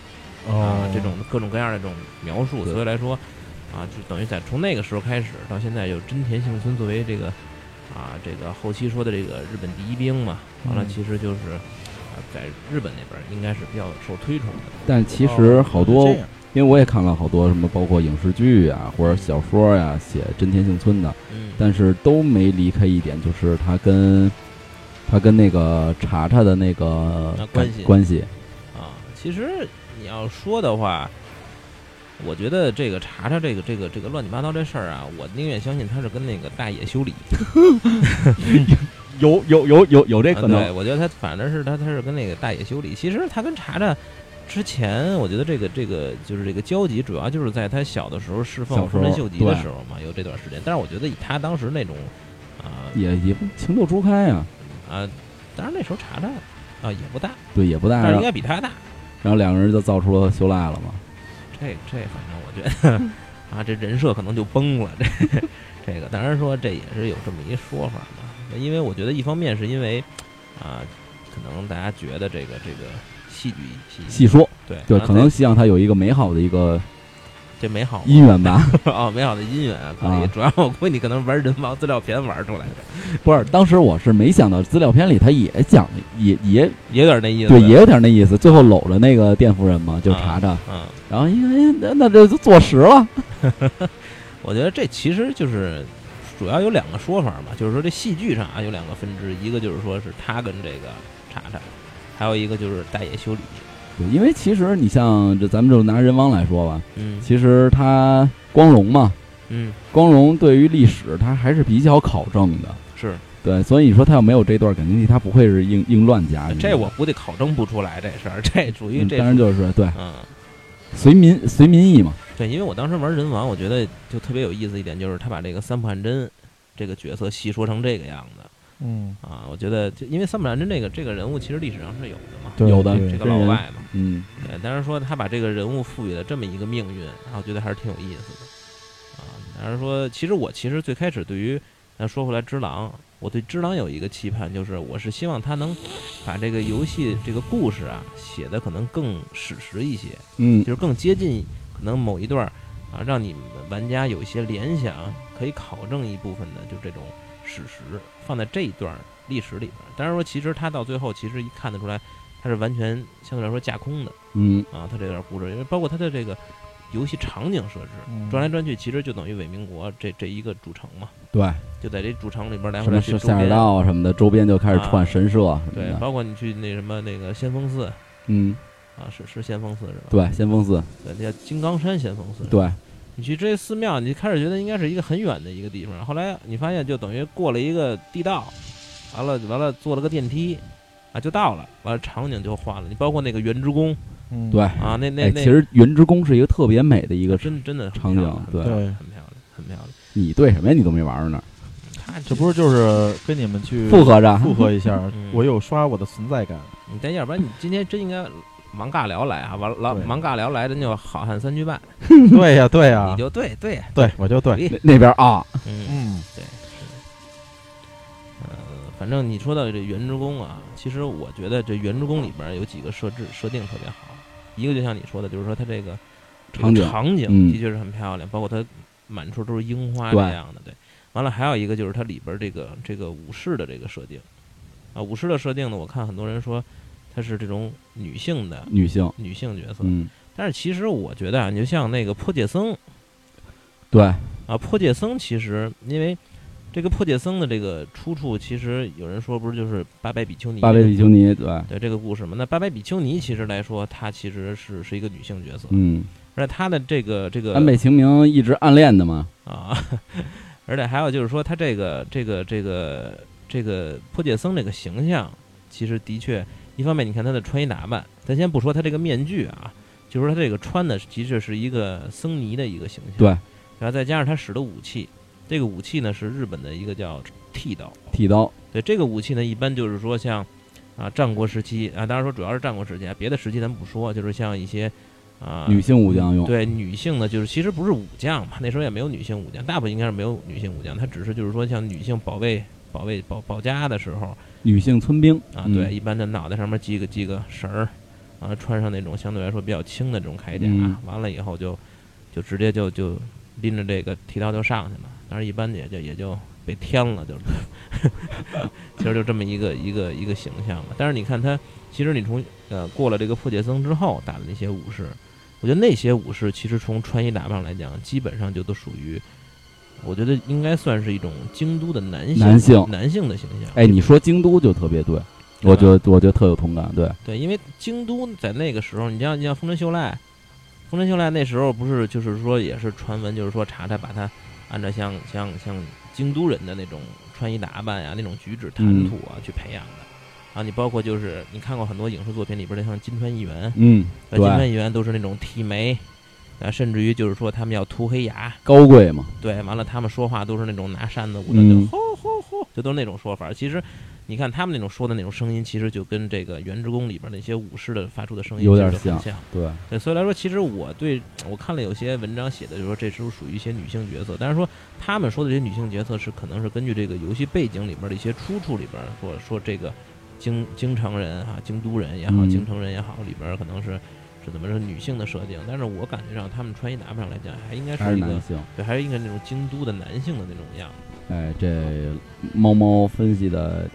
啊哦，这种各种各样的这种描述，对所以来说啊，就等于在从那个时候开始到现在，有真田幸村作为这个啊这个后期说的这个日本第一兵嘛，完了嗯其实就是啊在日本那边应该是比较受推崇的。但其哦实哦好多这，样因为我也看了好多什么，包括影视剧啊或者小说呀、写真田幸村的，嗯，但是都没离开一点，就是他跟他跟那个查查的那个啊感关系关系，啊，其实你要说的话。我觉得这个查查这个这个这个乱七八糟这事儿啊，我宁愿相信他是跟那个大野修理有有有有有这啊对，我觉得他反正是他他是跟那个大野修理，其实他跟查查之前，我觉得这个这个就是这个交集，主要就是在他小的时候释小放时候丰臣秀吉的对时候嘛，有这段时间。但是我觉得以他当时那种啊也也不情窦初开啊，啊，当然那时候查查啊也不大，对，也不大，但是然应后该比他大。然后两个人就造出了修赖了嘛，这这反正我觉得啊，这人设可能就崩了。这这个当然说这也是有这么一说法嘛，因为我觉得一方面是因为啊，可能大家觉得这个这个戏剧戏细说，啊对对，然后可能希望他有一个美好的一个这美好姻缘 吧，哦，美好的姻缘啊，可以。啊主要我估计你可能玩人王资料片玩出来的，不是，当时我是没想到资料片里他也讲也也也有点那意思。对，也有点那意思，最后搂着那个店夫人嘛，就查查，嗯，然后因为那那这就坐实了，我觉得这其实就是主要有两个说法嘛，就是说这戏剧上啊有两个分支，一个就是说是他跟这个查查，还有一个就是大野修理。对，因为其实你像这咱们就拿人王来说吧，嗯其实他光荣嘛，嗯，光荣对于历史他还是比较考证的，是对，所以你说他要没有这段感情戏，他不会是硬硬乱加。这我估计考证不出来这事儿，这属于嗯，这当然就是对嗯。随民随民意嘛，对，因为我当时玩人王，我觉得就特别有意思一点，就是他把这个三浦汉真这个角色戏说成这个样子，嗯，啊，我觉得就因为三浦兰真这个这个人物其实历史上是有的嘛，对有的对这个真老人外嘛，嗯，对，但是说他把这个人物赋予了这么一个命运，啊，我觉得还是挺有意思的啊。但是说，其实我其实最开始对于那说回来只狼，我对只狼有一个期盼，就是我是希望他能把这个游戏这个故事啊写的可能更史实一些，嗯就是更接近可能某一段儿啊，让你们玩家有一些联想，可以考证一部分的就这种史实放在这一段儿历史里边儿。当然说，其实他到最后其实一看得出来，他是完全相对来说架空的嗯，啊，他这段故事，因为包括他的这个游戏场景设置，嗯转来转去其实就等于伪民国这这一个主城嘛，对，就在这主城里边儿来什回么来去是周下边水。道啊什么的，周边就开始啊串神社什么对，的，包括你去那什么那个先锋寺嗯，啊，是是先锋寺是吧？对，先锋寺，对，那叫金刚山先锋寺。对，你去这些寺庙，你开始觉得应该是一个很远的一个地方，后来你发现就等于过了一个地道，完了完了坐了个电梯，啊就到了，完了场景就换了。你包括那个圆之宫嗯对，啊，那那哎，那、其实云之宫是一个特别美的一个，真真的很场漂景亮对很漂亮很漂亮，很漂亮。你对什么呀？你都没玩儿呢，他这不是就是跟你们去复合着，复合一下嗯，我有刷我的存在 感，你，但要不然你今天真应该忙尬聊来啊，完了对忙尬聊来，咱就好汉三句半，对呀对啊呀你，就对对，对我就对，那那边啊，嗯嗯呃，反正你说到这圆之宫啊，其实我觉得这圆之宫里边儿有几个设置设定特别好，一个就像你说的，就是说它这个这个场景场景嗯的确是很漂亮，包括它满处都是樱花对这样的，对。完了还有一个就是它里边儿这个这个武士的这个设定，啊，武士的设定呢，我看很多人说它是这种女性的女性，女性角色，嗯，但是其实我觉得啊，你就像那个破戒僧对，啊，破戒僧其实因为这个破戒僧的这个出处，其实有人说不是就是八百比丘尼巴贝比丘尼，对，对这个故事嘛？那八百比丘尼其实来说，她其实是是一个女性角色，嗯，而且她的这个这个安倍晴明一直暗恋的嘛，啊， 而且还有就是说，他这个这个这个这个破戒僧这个形象，其实的确，一方面你看他的穿衣打扮，咱先不说他这个面具啊，就说他这个穿的其实是一个僧尼的一个形象，对，然后再加上他使的武器，这个武器呢是日本的一个叫剃刀，剃刀，对，这个武器呢一般就是说像啊战国时期啊，当然说主要是战国时期啊，别的时期咱不说，就是像一些啊女性武将用，对女性呢，就是其实不是武将嘛，那时候也没有女性武将，大部分应该是没有女性武将，她只是就是说像女性保卫保卫保保家的时候女性村兵啊，嗯对，一般的脑袋上面系个系个绳儿，啊，穿上那种相对来说比较轻的这种铠甲，啊嗯完了以后就就直接就就拎着这个剃刀就上去了，当然一般也就也就被天了，就是 其实就这么一个一个一个形象嘛。但是你看他，其实你从呃过了这个破戒僧之后打的那些武士，我觉得那些武士其实从穿衣打扮上来讲，基本上就都属于。我觉得应该算是一种京都的男性男性男性的形象。哎，你说京都就特别对，我觉啊得我觉得特有同感，对，对，因为京都在那个时候，你像你像丰臣秀赖，丰臣秀赖那时候不是就是说也是传闻，就是说查查把他按照像像像京都人的那种穿衣打扮呀、那种举止嗯谈吐啊、去培养的。啊，你包括就是你看过很多影视作品里边的，像金川议员，嗯，呃金川对，议员都是那种剃眉，啊，甚至于就是说他们要涂黑牙，高贵嘛，对，完了他们说话都是那种拿扇子捂着就嗯，就都是那种说法。其实，你看他们那种说的那种声音，其实就跟这个《原职工》里边那些武士的发出的声音有点其实就很像像。对，对，所以来说，其实我对我看了有些文章写的，就是说这是属于一些女性角色，但是说他们说的这些女性角色是可能是根据这个游戏背景里边的一些出处里边说说这个京京城人啊、京都人也好、嗯京城人也好，里边可能是是怎么说女性的设定，但是我感觉上他们穿衣打扮上来讲，还应该还是是一个男性。对，还是应该那种京都的男性的那种样子。哎，这猫猫分析的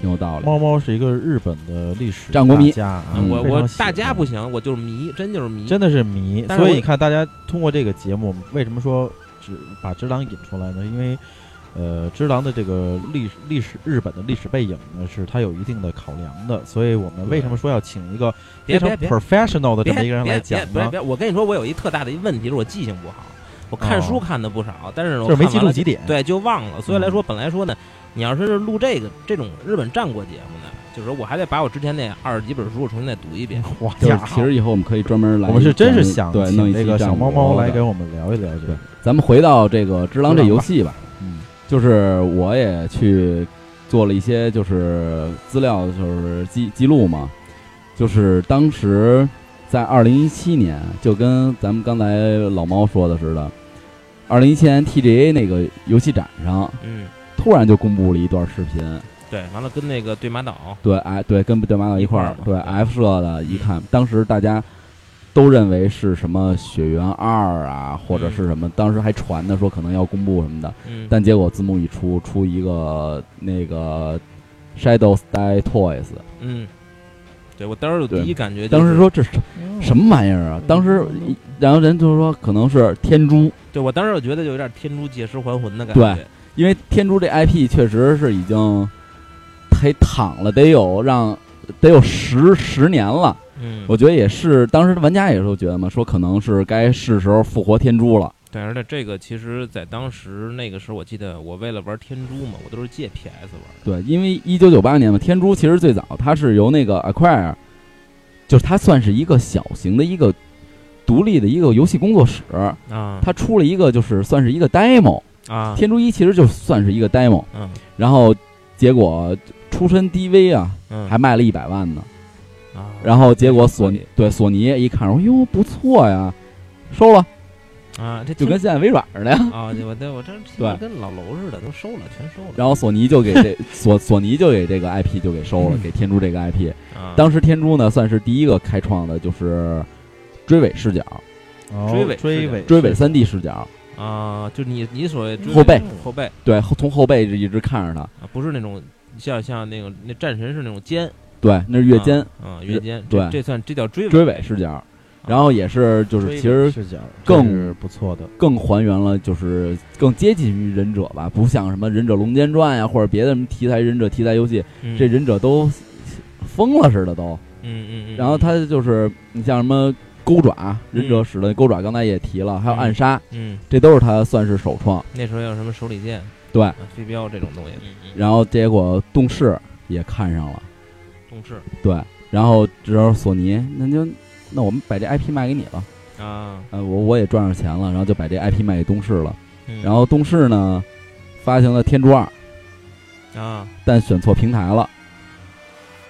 挺有道理。猫猫是一个日本的历史战国迷大家啊，嗯我非常我喜欢大家不行，我就是迷，真就是迷。真的是迷，但是所以我你看大家通过这个节目，为什么说只把只狼引出来呢？因为呃，只狼的这个历史历史日本的历史背影呢，是它有一定的考量的，所以我们为什么说要请一个非别常别别 professional 的这别么一个人来别讲啊别别呢？别！我跟你说，我有一特大的一问题，就是我记性不好。我看哦书看的不少，但是我就是没看记完住了几点，对，就忘了。所以来嗯说，本来说呢，你要是录这个这种日本战国节目呢，就是我还得把我之前那二十几本书我重新再读一 遍。哇就是呀，其实以后我们可以专门来，我们是真是想对弄请一这期个小战猫国猫来的给我们聊一聊这个对，咱们回到这个《只狼》这只狼吧游戏吧，嗯，就是我也去做了一些就是资料，就是记记录嘛，就是当时在二零一七年，就跟咱们刚才老猫说的似的，二零一七年 TGA 那个游戏展上，嗯，突然就公布了一段视频，对，完了跟那个对马岛，对，哎，对，跟对马岛一块儿一，块对儿嘛对 F 社的，一看，当时大家都认为是什么《血缘二》啊，或者是什么，当时还传的说可能要公布什么的，嗯，但结果字幕一出，出一个那个 Shadows Die Toys，嗯，对我当时有第对一感觉、就是，当时说这是什么玩意儿啊？当时嗯然后人就说可能是天珠，对我当时我觉得就有点天诛借尸还魂的感觉。对因为天珠这 IP 确实是已经还躺了得有让得有十十年了。嗯，我觉得也是，当时玩家也都觉得嘛，说可能是该是时候复活天珠了。对，而且这个其实，在当时那个时候，我记得我为了玩天珠嘛，我都是借 PS 玩对，的。因为一九九八年嘛，天珠其实最早它是由那个 Acquire，就是它算是一个小型的一个独立的一个游戏工作室，啊它出了一个就是算是一个 demo，啊，天珠一其实就算是一个 demo，嗯然后结果出身 DV 啊，嗯，还卖了一百万呢。啊，然后结果索可尼以对索尼一看说哟不错呀，收了，啊，这就跟 天现在微软似的呀。啊，对我对我这天珠对跟老楼似的，都收了，全收了。然后索尼就给这索索尼就给这个 IP 就给收了，嗯给天珠这个 IP。啊，当时天珠呢算是第一个开创的，就是追尾视角、哦追尾追是的尾追尾三 D 视角。啊，就你你所谓追后背后背对，后从后背一直看着他，啊，不是那种像像那个那战神是那种肩对，那是越肩啊，越肩，对这这算这叫追追尾视角，然后也是就是其实视角更这是不错的，更还原了，就是更接近于忍者吧，不像什么忍者龙剑传呀，或者别的什么题材忍者题材游戏，这嗯忍者都疯了似的都。嗯嗯，然后他他就是你像什么钩爪，忍者使的钩爪，刚才也提了，还有暗杀，嗯这都是他算是首创。那时候有什么手里剑对，啊飞镖这种东西，嗯嗯，然后结果动视也看上了，动视对，然后只要索尼，那就那我们把这 IP 卖给你了，啊，呃，我我也赚上钱了，然后就把这 IP 卖给东视了。嗯然后东视呢，发行了《天珠二》，啊，但选错平台了。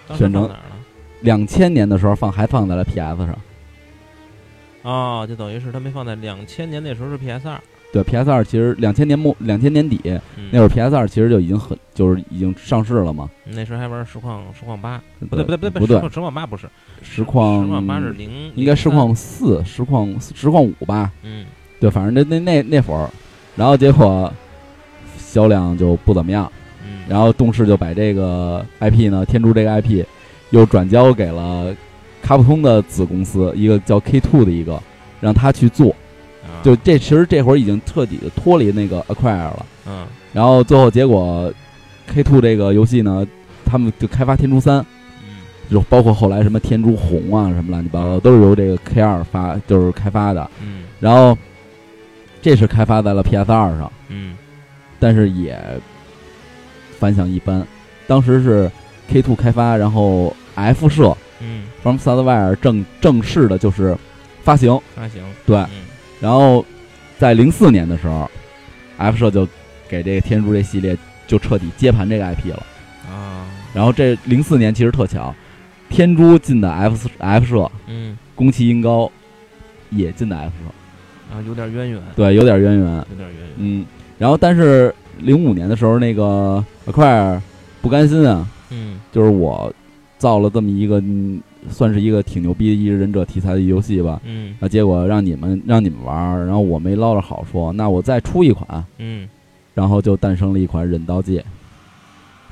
当时选成放哪儿了？两千年的时候放还放在了 PS 上，啊，就等于是他没放在两千年那时候是 PS 二，对 PS 二其实两千年末两千年底嗯那会儿 PS 二其实就已经很就是已经上市了嘛，那时候还玩实况实况八，不不对不对不对不对实，况实况八不是实况实况八是零，应该实实况四实况实况五吧，嗯对，反正那那那那会儿，然后结果销量就不怎么样，嗯，然后动视就把这个 IP 呢天珠这个 IP 又转交给了卡普空的子公司一个叫 K Two 的一个，让他去做，啊就这其实这会儿已经彻底的脱离那个 Acquire 了。嗯然后最后结果，K Two 这个游戏呢，他们就开发《天珠三》，嗯就包括后来什么《天珠红》啊，什么乱七八糟，都是由这个 K 二发就是开发的。嗯然后这是开发在了 PS 二上，嗯但是也反响一般。当时是 K Two 开发，然后 F 社嗯， From Software 正正式的就是发行，发行对。嗯然后在零四年的时候，F 社就给这个《天珠》这系列就彻底接盘这个 IP 了。啊然后这零四年其实特巧，天珠进的 F F 社，嗯宫崎英高也进的 F 社，啊，有点渊源，对，有点渊源。有点渊源，嗯，然后但是零五年的时候，那个 Acquire 不甘心啊，嗯就是我造了这么一个，嗯算是一个挺牛逼的一个忍者题材的游戏吧。嗯啊，结果让你们让你们玩儿，然后我没捞着好处，那我再出一款，嗯然后就诞生了一款忍刀界。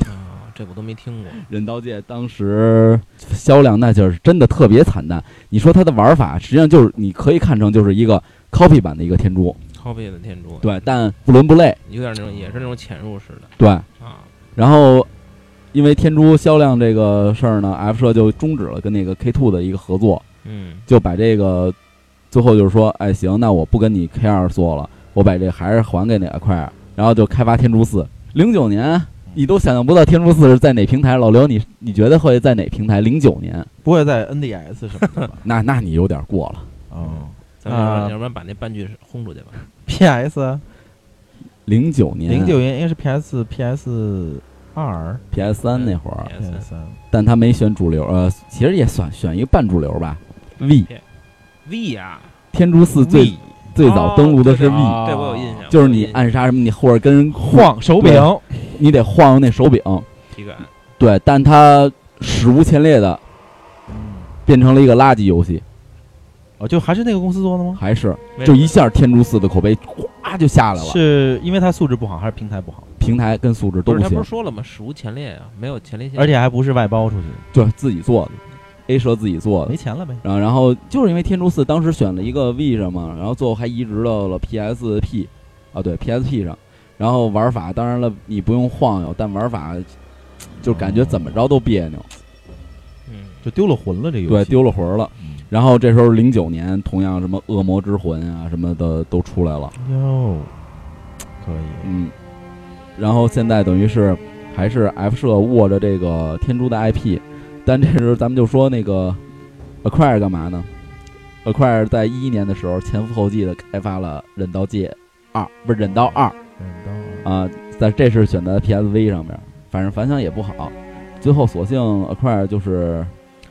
啊，这我都没听过， 《忍刀界》当时销量那就是真的特别惨淡。你说它的玩法，实际上就是你可以看成就是一个 copy 版的一个天珠，靠背的天珠，对，但不伦不类，有点那种也是那种潜入式的对。啊，然后因为天珠销量这个事儿呢，F 社就终止了跟那个 K Two 的一个合作，嗯就把这个最后就是说，哎，行，那我不跟你 K 二做了，我把这还是还给那个快二，然后就开发天珠四。零九年，你都想象不到天珠四是在哪平台，老刘你你觉得会在哪平台？零九年。不会在 NDS 什么的吧？那那你有点过了。 哦咱们要不然啊要不然把那半句轰出去吧， ，PS 零九年，零九年应该是 PS PS 二 PS 三那会儿， PS PS 三，但他没选主流，呃，其实也算选一个半主流吧。V V 呀，天珠四最最早登录的是 V，、哦啊这啊我有印象，就是你暗杀什么，你或者跟人晃，晃手柄，你得晃悠那手柄。体感，对，但它史无前例的嗯变成了一个垃圾游戏，哦，就还是那个公司做的吗？还是就一下天珠四的口碑哗就下来了，是因为它素质不好，还是平台不好？平台跟素质都不是他行不是，说了吗？史无前例啊，没有前列腺，而且还不是外包出去，对，自己做的，A 社自己做的没。钱了呗。然后，然后就是因为天珠四当时选了一个 V 上嘛，然后最后还移植到了 PSP，啊对 PSP 上，然后玩法当然了你不用晃悠，但玩法就感觉怎么着都别扭，嗯就丢了魂了，这游戏对，丢了魂儿了嗯。然后这时候零九年，同样什么恶魔之魂啊什么的都出来了，哟，可以，嗯，然后现在等于是还是 F 社握着这个天珠的 IP，但这时候咱们就说那个 Acquire 干嘛呢？Acquire 在一一年的时候前赴后继的开发了《忍刀界二》，不是《忍刀二》忍刀啊啊，但这是选择 PSV 上面，反正反响也不好。最后索性 Acquire 就是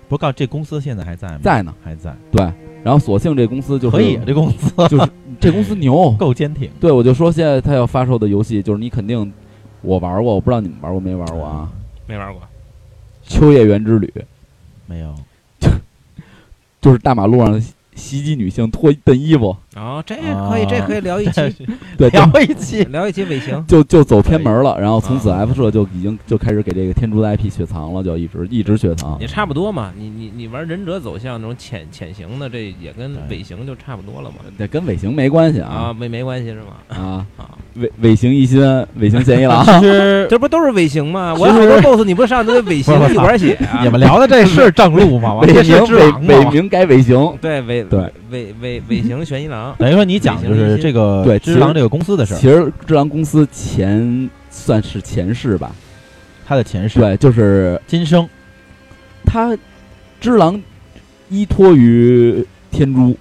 不告这公司现在还在吗？，在呢，还在，对，然后索性这公司就是可以啊，这公司这公司牛， 够坚挺。对我就说现在他要发售的游戏就是你肯定我玩过，我不知道你们玩过没嗯玩过啊，没玩过， 《秋叶原之旅》。没有，就是大马路上袭袭击女性脱一蹬衣服，哦，这可以，这可以聊一期，对，就聊一期，聊一期尾行。就就走偏门了，然后从此 F 社就已经就开始给这个天竺的 IP 雪藏了，就一直一直雪藏也。差不多嘛，你你你玩忍者走向那种潜潜行的，这也跟对尾行就差不多了嘛。这跟尾行没关系啊，啊没没关系是吗？啊啊！尾尾行一心，尾行健一 郎，其实这不都是尾行吗？其我有好实多 BOSS，你不上都得尾行不是我一操管血啊你？们聊的这是正路 吗？我尾这行是只尾狼啊尾吗？，名改尾行，啊对尾对尾尾尾行玄一郎等于说你讲就尾行一是新这个对其只实狼这个公司的事儿，其实智狼公司前算是前世吧，它的前世、对，就是今生，他只狼依托于天珠，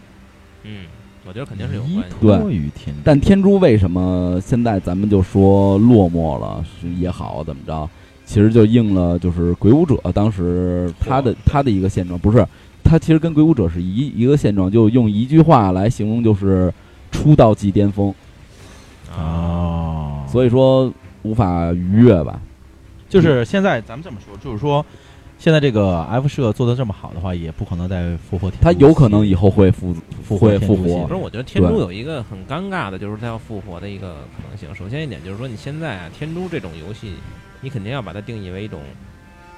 嗯，我觉得肯定是有依关系。托于天地，但天珠为什么现在咱们就说落寞了是也好怎么着，其实就应了就是鬼舞者当时他啊的他的一个现状，不是他其实跟鬼舞者是一一个现状，就用一句话来形容就是出道即巅峰，啊，哦，所以说无法逾越吧，就是现在咱们这么说，就是说现在这个 F 社做的这么好的话，也不可能再复活天他诛有可能系以后会复复会活天复诛系活不是，我觉得天珠对有一个很尴尬的，就是它要复活的一个可能性。首先一点就是说，你现在啊，天珠这种游戏，你肯定要把它定义为一种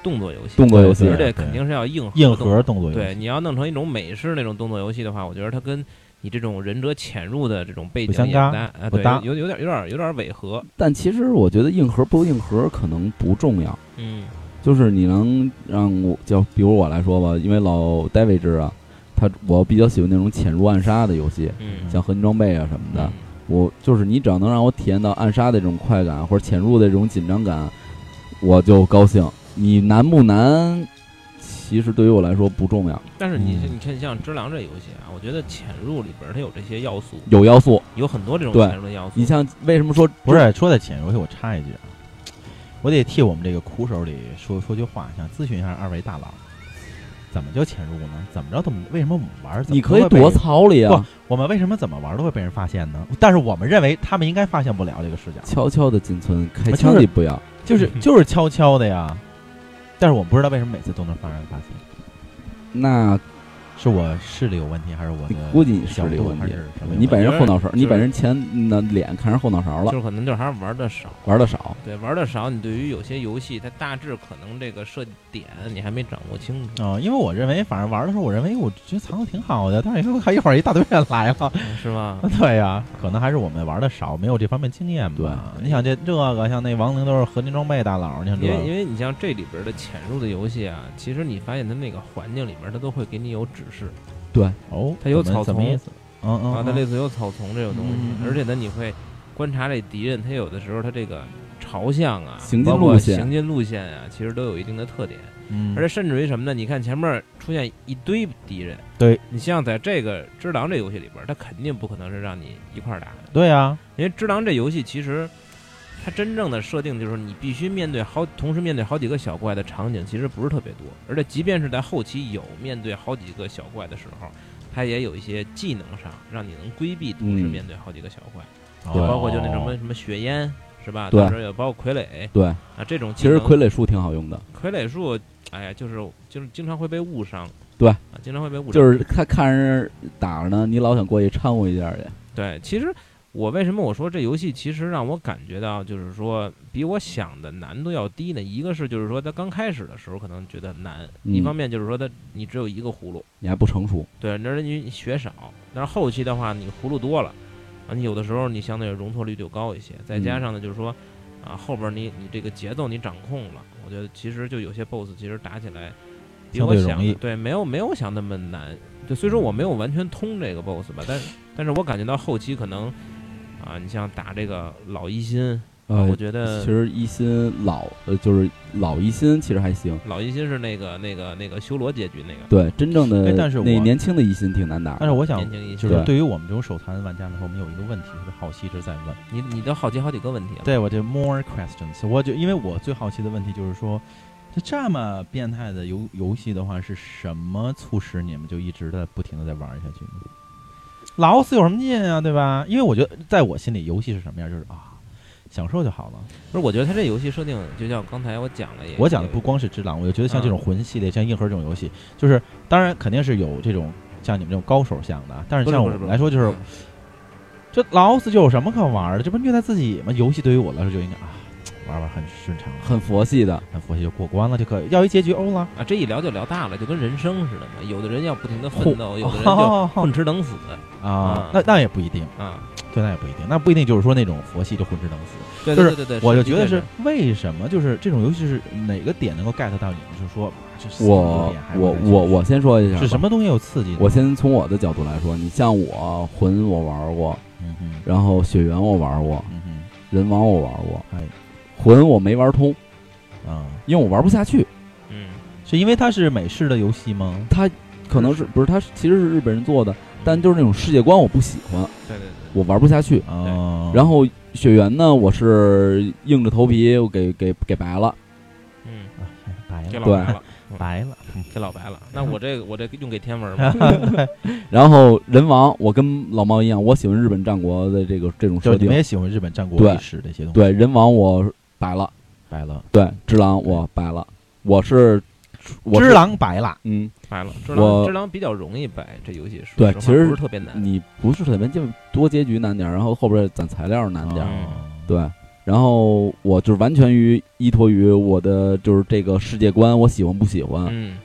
动作游戏，动作游戏而对且肯定是要硬核硬动作核动作游戏对，你要弄成一种美式那种动作游戏的话，我觉得它跟你这种忍者潜入的这种背不景相也干搭啊，不对，搭有有点有点有点违和。但其实我觉得硬核不硬核可能不重要，嗯，就是你能让我就比如我来说吧，因为老戴维治啊，他我比较喜欢那种潜入暗杀的游戏，嗯，像合金装备啊什么的嗯，我就是你只要能让我体验到暗杀的这种快感或者潜入的这种紧张感，我就高兴。你难不难，其实对于我来说不重要，但是你嗯你看像《只狼》这游戏啊，我觉得潜入里边儿它有这些要素，有要素。有很多这种对潜入的要素。你像为什么说不是说在潜游戏，我插一句啊，我得替我们这个苦手里说说句话，想咨询一下二位大佬，怎么就潜入呢？怎么着？怎么为什么我们玩？你可以躲躲，草里啊，我们为什么怎么玩都会被人发现呢？但是我们认为他们应该发现不了这个视角，悄悄的进村，开就是枪你不要。就是就是悄悄的呀。但是我不知道为什么每次都能发人发现，那是我视力有问题，还是我的你估计你视力有角度问题还是什么有问题？你把人后脑勺，是你把人前那脸看成后脑勺就了，是可能就是还是玩的少，玩的少。对，玩的少，你对于有些游戏它大致可能这个设计点你还没掌握清楚，啊、因为我认为，反正玩的时候，我认为我觉得藏的挺好的，但是一会儿一会儿一大堆人来了，是吗？ 对呀、可能还是我们玩的少，没有这方面经验吧。对你想这这个像那亡灵都是合金装备大佬，你想这嗯因为因个为你像这里边的潜入的游戏啊，其实你发现它那个环境里边它都会给你有指示哦，它有怎么草怎么丛意思？嗯嗯，啊，它嗯类似有草丛这种东西嗯嗯，嗯而且呢你会观察这敌人，它有的时候它这个朝向啊，行进包括路线行进路线啊，其实都有一定的特点。嗯而且甚至于什么呢？你看前面出现一堆敌人，对你像在这个《只狼》这游戏里边，它肯定不可能是让你一块儿打的，对啊，因为《只狼》这游戏其实它真正的设定就是你必须面对好，同时面对好几个小怪的场景其实不是特别多，而且即便是在后期有面对好几个小怪的时候，它也有一些技能上让你能规避同时嗯面对好几个小怪，对啊哦包括就那什哦么什么雪烟是吧？对当时也包括傀儡对，啊这种技其实能傀儡术挺好用的，傀儡术，哎呀，就是就是经常会被误伤，对啊，经常会被误伤，就是他看人打着呢，你老想过去掺和一下去。对。其实我为什么我说这游戏其实让我感觉到，就是说比我想的难度要低呢？一个是就是说它刚开始的时候可能觉得难，嗯一方面就是说它你只有一个葫芦，你还不成熟，对，那你你血少，但是后期的话你葫芦多了，啊，你有的时候你相对容错率就高一些，再嗯加上呢就是说啊后边你你这个节奏你掌控了，我觉得其实就有些 BOSS 其实打起来。比相我对想容的易对，没有没有想那么难。就虽说我没有完全通这个 BOSS 吧，嗯但但是我感觉到后期可能啊，你像打这个老一心，呃啊我觉得呃其实一心老呃就是老一心其实还行，老一心是那个那个那个修罗结局那个对，真正的哎但是我那年轻的一心挺难打的，但是我想年，轻一就心。是对对于我们这种手残玩家来说，我们有一个问题特别好奇，一直在问。你你都好奇好几个问题了。对我这 more questions，我就因为我最好奇的问题就是说，这这么变态的游游戏的话，是什么促使你们就一直的不停的在玩下去呢？老死有什么劲啊，对吧？因为我觉得在我心里，游戏是什么样，就是啊，享受就好了。不是，我觉得他这游戏设定就像刚才我讲了也，我讲的也嗯不光是只狼，我就觉得像这种魂系列，像硬核这种游戏，就是当然肯定是有这种像你们这种高手像的啊，但是不是像不我是嗯不们是来说就是，这老死就有什么可玩的？这不虐待自己吗？游戏对于我来说就应该啊，玩玩很顺畅，啊很佛系的，很佛系就过关了就可以，要一结局哦欧了。啊，这一聊就聊大了，就跟人生似的嘛。有的人要不停的嚯奋斗，有的人 就哦混吃等死啊啊，那那也不一定，啊。对，那也不一定，那不一定就是说那种佛系就混吃等死。对就对是对对对，我就是觉得的确是为什么就是这种游戏是哪个点能够 get 到你们，就是说这是我我我我先说一下吧是什么东西有刺激？我，先从我的角度来说，你像我魂我玩过，嗯哼，然后血缘我玩过，嗯人王我玩过，哎，魂我没玩通，哼，啊，因为我玩不下去。嗯，是因为它是美式的游戏吗？它可能是不是它是其实是日本人做的，但就是那种世界观我不喜欢，对对对，我玩不下去。啊，然后血缘呢，我是硬着头皮我给给给白了，嗯，啊白给了，老白了，白了，给老白了。那我这个我这个用给天文吧，然后人王我跟老猫一样，我喜欢日本战国的这个这种就设是你们定，也喜欢日本战国对历史这些东西，对人王我白了，白了，对只狼我白了，我是我只是狼白了，嗯，白了。只我狼只狼比较容易白，这游戏说对实话其实不是特别难。你不是特别就多结局难点儿，然后后边攒材料难点儿，哦，对，然后我就是完全于依托于我的就是这个世界观，我喜欢不喜欢。嗯，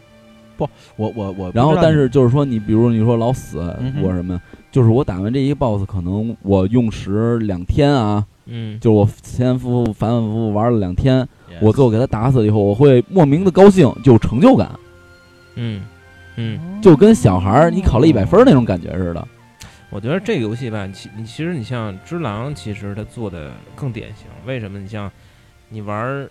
我我我不知道然你，后，但是就是说，你比如你说老死嗯哼我什么，就是我打完这一个 boss，可能我用时两天啊，嗯，就是我前前复复反反复复玩了两天， Yes 我最后给他打死了以后，我会莫名的高兴，就有成就感，嗯嗯，就跟小孩儿你考了一哦百分儿那种感觉似的。我觉得这个游戏吧，其你其实你像《只狼》，其实它做的更典型。为什么？你像你玩儿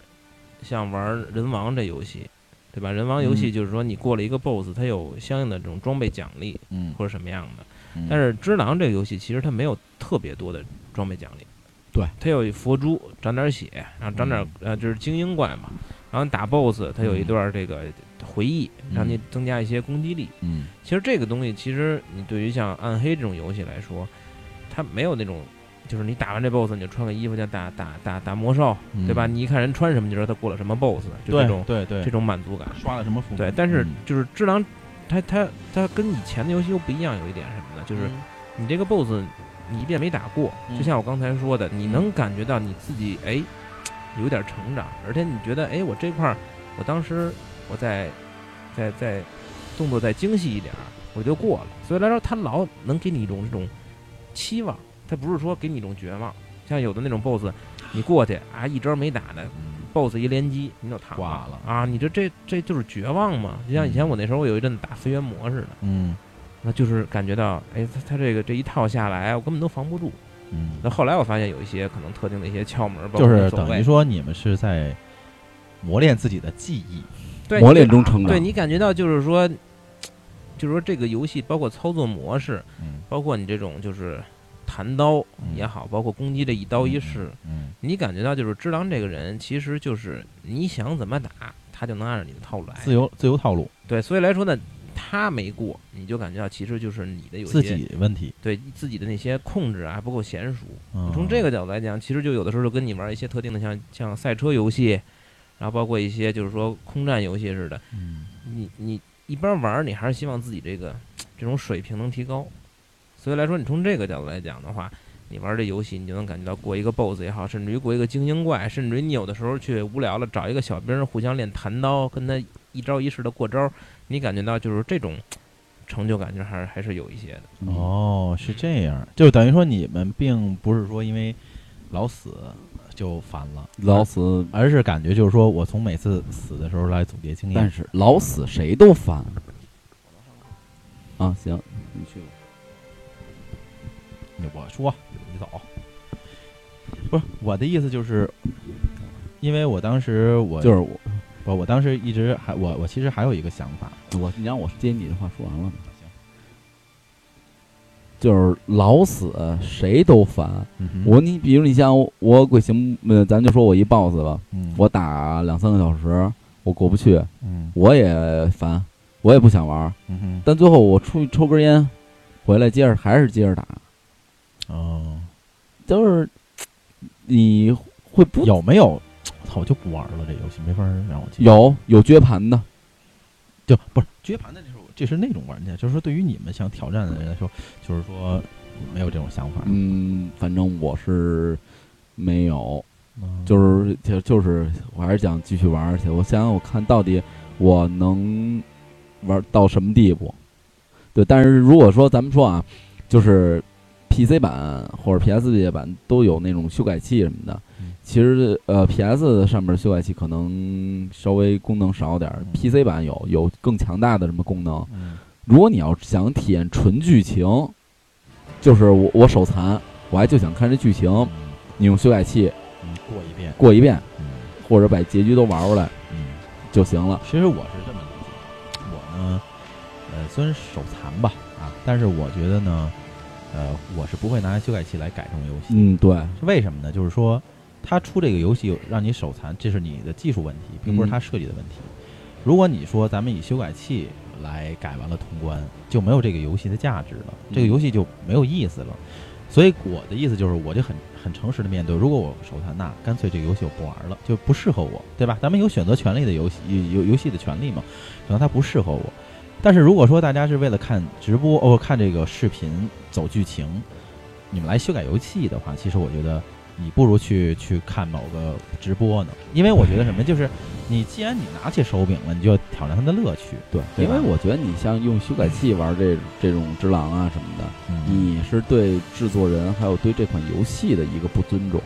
像玩儿人王这游戏，对吧？人王游戏嗯就是说你过了一个 BOSS，它有相应的这种装备奖励嗯，或者什么样的。嗯但是《只狼》这个游戏其实它没有特别多的装备奖励，对，它有佛珠长点血，然后长点、嗯呃就是精英怪嘛，然后打 BOSS 它有一段这个回忆，让你增加一些攻击力。嗯其实这个东西，其实你对于像暗黑这种游戏来说，它没有那种，就是你打完这 BOSS 你就穿个衣服叫打打打打魔兽，嗯对吧？你一看人穿什么，你就知道他过了什么 BOSS，就这对种对对这，种满足感。刷了什么服？对，但是嗯就是《只狼》它，它它跟以前的游戏又不一样，有一点什么呢？就是你这个 BOSS 你一遍没打过，嗯就像我刚才说的，你能感觉到你自己哎有点成长，而且你觉得哎我这块儿我当时我再再再动作再精细一点儿我就过了，所以来说他老能给你一种这种期望，他不是说给你一种绝望，像有的那种 BOSS 你过去啊一招没打的嗯 BOSS 一连击你就躺挂了啊，你这这这就是绝望嘛，就像以前我那时候我有一阵打飞猿魔似的。嗯那就是感觉到，哎，他他这个这一套下来，我根本都防不住。嗯，那后来我发现有一些可能特定的一些窍门，包就括是无所等于谓说你们是在磨练自己的技艺，对磨练中成长对你感觉到就是说，就是说这个游戏包括操作模式，嗯包括你这种就是弹刀也好，包括攻击这一刀一式，嗯，你感觉到就是只狼这个人其实就是你想怎么打，他就能按照你的套路来。嗯自由自由套路，对，所以来说呢，他没过，你就感觉到其实就是你的有些自己问题。对自己的那些控制啊不够娴熟。嗯从这个角度来讲，其实就有的时候就跟你玩一些特定的像像赛车游戏，然后包括一些就是说空战游戏似的，嗯你你一边玩儿，你还是希望自己这个这种水平能提高。所以来说，你从这个角度来讲的话，你玩这游戏，你就能感觉到过一个 BOSS 也好，甚至于过一个精英怪，甚至于你有的时候去无聊了，找一个小兵儿互相练弹刀，跟他一招一式的过招儿，你感觉到就是这种成就感，就还是还是有一些的。嗯哦，是这样，就等于说你们并不是说因为老死就烦了，老死，而是感觉就是说我从每次死的时候来总结经但验。是老死谁都烦。啊，行，你去吧。我说你走，不是我的意思就是，因为我当时我就是我，我我当时一直还我我其实还有一个想法，我你让我接你的话说完了吗？就是老死谁都烦。嗯哼我你比如你像我鬼行，呃，咱就说我一 boss 吧，嗯我打两三个小时，我过不去，嗯我也烦，我也不想玩儿。嗯哼但最后我出去抽根烟，回来接着还是接着打，哦。就是你会不有没有？操，我就不玩了，这游戏没法让我进。有有撅盘的，就不是绝盘的那时候，就是那种玩家，就是说对于你们想挑战的人来说，就是说没有这种想法，嗯，反正我是没有，嗯就是就就是我还是想继续玩儿去。我想想，我看到底我能玩到什么地步？对，但是如果说咱们说啊，就是 PC 版或者 PSP 版都有那种修改器什么的嗯，其实呃 PS 上面的修改器可能稍微功能少点儿嗯，PC 版有有更强大的什么功能。嗯如果你要想体验纯剧情，就是我我手残，我还就想看这剧情，嗯你用修改器嗯过一遍，过一遍，嗯或者把结局都玩出来嗯。就行了。其实我是这么理解，我呢，呃，虽然手残吧啊，但是我觉得呢，呃，我是不会拿修改器来改这种游戏。嗯，对，是为什么呢？就是说，它出这个游戏有让你手残，这是你的技术问题，并不是它设计的问题。如果你说咱们以修改器来改完了通关，就没有这个游戏的价值了，这个游戏就没有意思了。所以我的意思就是，我就很很诚实的面对，如果我手残，那干脆这个游戏我不玩了，就不适合我，对吧？咱们有选择权利的游戏，有游戏的权利嘛，可能它不适合我。但是如果说大家是为了看直播哦，看这个视频走剧情，你们来修改游戏的话，其实我觉得你不如去去看某个直播呢，因为我觉得什么，就是你既然你拿起手柄了，你就要挑战它的乐趣。对，对因吧为我觉得你像用修改器玩这这种只狼啊什么的，嗯，你是对制作人还有对这款游戏的一个不尊重。